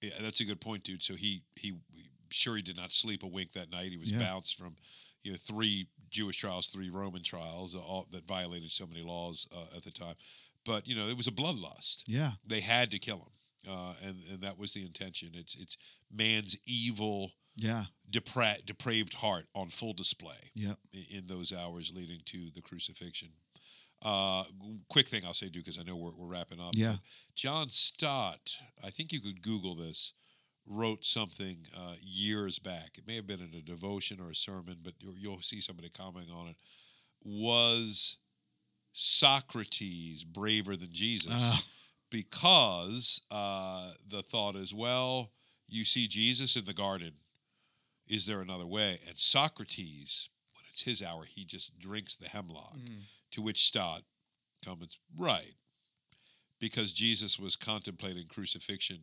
Speaker 2: Yeah, that's a good point, dude. So he he sure he did not sleep a wink that night. He was
Speaker 1: Yeah.
Speaker 2: bounced from you know three Jewish trials, three Roman trials, uh, all that violated so many laws uh, at the time. But you know, it was a bloodlust.
Speaker 1: yeah.
Speaker 2: They had to kill him, uh, and and that was the intention. It's it's man's evil,
Speaker 1: Yeah.
Speaker 2: depra- depraved heart on full display.
Speaker 1: Yep.
Speaker 2: i- in those hours leading to the crucifixion. Uh, g- quick thing I'll say, Duke, because I know we're, we're wrapping up.
Speaker 1: Yeah.
Speaker 2: but John Stott, I think you could Google this, wrote something uh, years back. It may have been in a devotion or a sermon, but you'll, you'll see somebody commenting on it. Was Socrates braver than Jesus?
Speaker 1: Ah,
Speaker 2: because uh, the thought is, well, you see Jesus in the garden. Is there another way? And Socrates, when it's his hour, he just drinks the hemlock.
Speaker 1: Mm.
Speaker 2: To which Stott comments, right, because Jesus was contemplating crucifixion,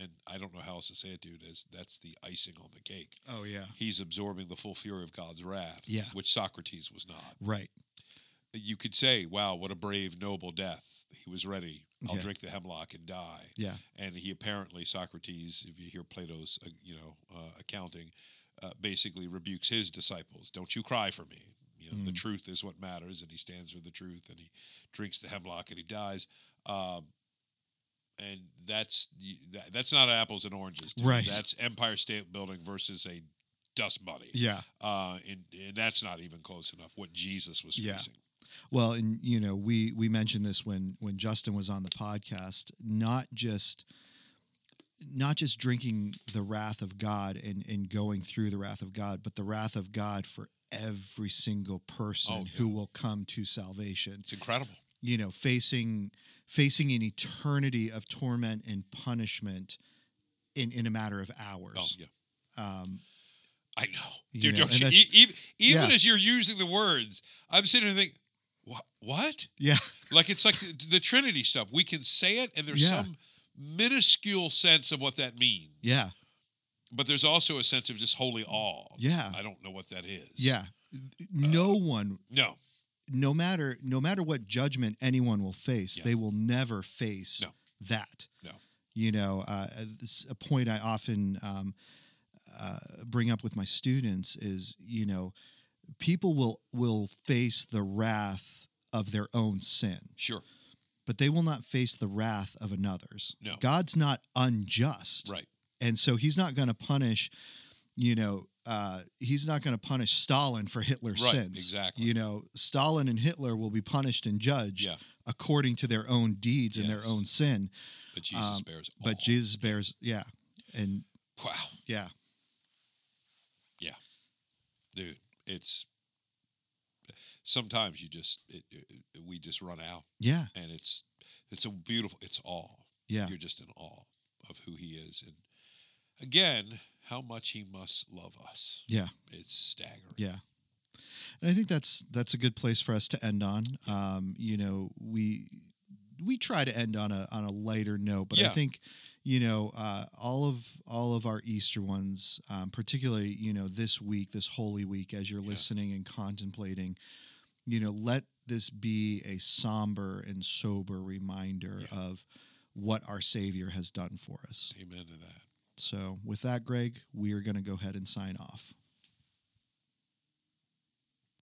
Speaker 2: and I don't know how else to say it, dude. Is that's the icing on the cake?
Speaker 1: oh yeah.
Speaker 2: He's absorbing the full fury of God's wrath,
Speaker 1: Yeah.
Speaker 2: which Socrates was not
Speaker 1: Right.
Speaker 2: you could say, "Wow, what a brave, noble death! He was ready. I'll
Speaker 1: Yeah.
Speaker 2: drink the hemlock and die."
Speaker 1: Yeah.
Speaker 2: And he apparently, Socrates, if you hear Plato's, uh, you know, uh, accounting, uh, basically rebukes his disciples. Don't you cry for me? You know, the
Speaker 1: Mm.
Speaker 2: truth is what matters, and he stands for the truth, and he drinks the hemlock and he dies. Um, and that's that, that's not apples and oranges, dude.
Speaker 1: Right.
Speaker 2: That's Empire State Building versus a dust bunny,
Speaker 1: Yeah.
Speaker 2: uh, and, and that's not even close enough. What Jesus was
Speaker 1: Yeah.
Speaker 2: facing.
Speaker 1: Well, and you know, we we mentioned this when when Justin was on the podcast, not just not just drinking the wrath of God and and going through the wrath of God, but the wrath of God for every single person
Speaker 2: Oh, yeah.
Speaker 1: who will come to salvation.
Speaker 2: It's incredible.
Speaker 1: you know facing facing an eternity of torment and punishment in in a matter of
Speaker 2: Oh,
Speaker 1: hours
Speaker 2: yeah.
Speaker 1: um
Speaker 2: I know.
Speaker 1: You
Speaker 2: Dude,
Speaker 1: know,
Speaker 2: don't
Speaker 1: and
Speaker 2: you,
Speaker 1: that's-
Speaker 2: e- even, even
Speaker 1: yeah.
Speaker 2: as you're using the words, I'm sitting here thinking, what? what?
Speaker 1: yeah
Speaker 2: Like, it's like the, the Trinity stuff. We can say it, and there's
Speaker 1: Yeah.
Speaker 2: some minuscule sense of what that means.
Speaker 1: yeah
Speaker 2: But there's also a sense of just holy awe.
Speaker 1: Yeah.
Speaker 2: I don't know what that is.
Speaker 1: yeah no one
Speaker 2: No,
Speaker 1: no matter no matter what judgment anyone will face
Speaker 2: Yeah.
Speaker 1: they will never face
Speaker 2: No.
Speaker 1: that
Speaker 2: No.
Speaker 1: you know uh, this, a point i often um, uh, bring up with my students is you know people will will face the wrath of their own sin
Speaker 2: sure.
Speaker 1: but they will not face the wrath of another's.
Speaker 2: No.
Speaker 1: God's not unjust.
Speaker 2: Right.
Speaker 1: And so he's not going to punish, you know, uh, he's not going to punish Stalin for Hitler's
Speaker 2: Right,
Speaker 1: sins.
Speaker 2: exactly.
Speaker 1: You know, Stalin and Hitler will be punished and judged
Speaker 2: Yeah.
Speaker 1: according to their own deeds and their
Speaker 2: Yes. Oh.
Speaker 1: own sin.
Speaker 2: But Jesus
Speaker 1: Um,
Speaker 2: bears all.
Speaker 1: But Jesus bears, yeah. And
Speaker 2: Wow.
Speaker 1: yeah,
Speaker 2: Dude, it's sometimes you just, it, it, it- we just run out,
Speaker 1: yeah,
Speaker 2: and it's, it's a beautiful, it's awe.
Speaker 1: yeah,
Speaker 2: You're just in awe of who he is. And again, how much he must love us.
Speaker 1: yeah.
Speaker 2: It's staggering.
Speaker 1: Yeah. And I think that's that's a good place for us to end on. Um, you know, we we try to end on a on a lighter note, but I
Speaker 2: Yeah.
Speaker 1: think you know uh, all of all of our Easter ones, um, particularly you know this week, this Holy Week, as you're
Speaker 2: Yeah.
Speaker 1: listening and contemplating, you know, let this be a somber and sober reminder
Speaker 2: Yeah.
Speaker 1: of what our Savior has done for us.
Speaker 2: Amen to that.
Speaker 1: So, with that, Greg, we are going to go ahead and sign off.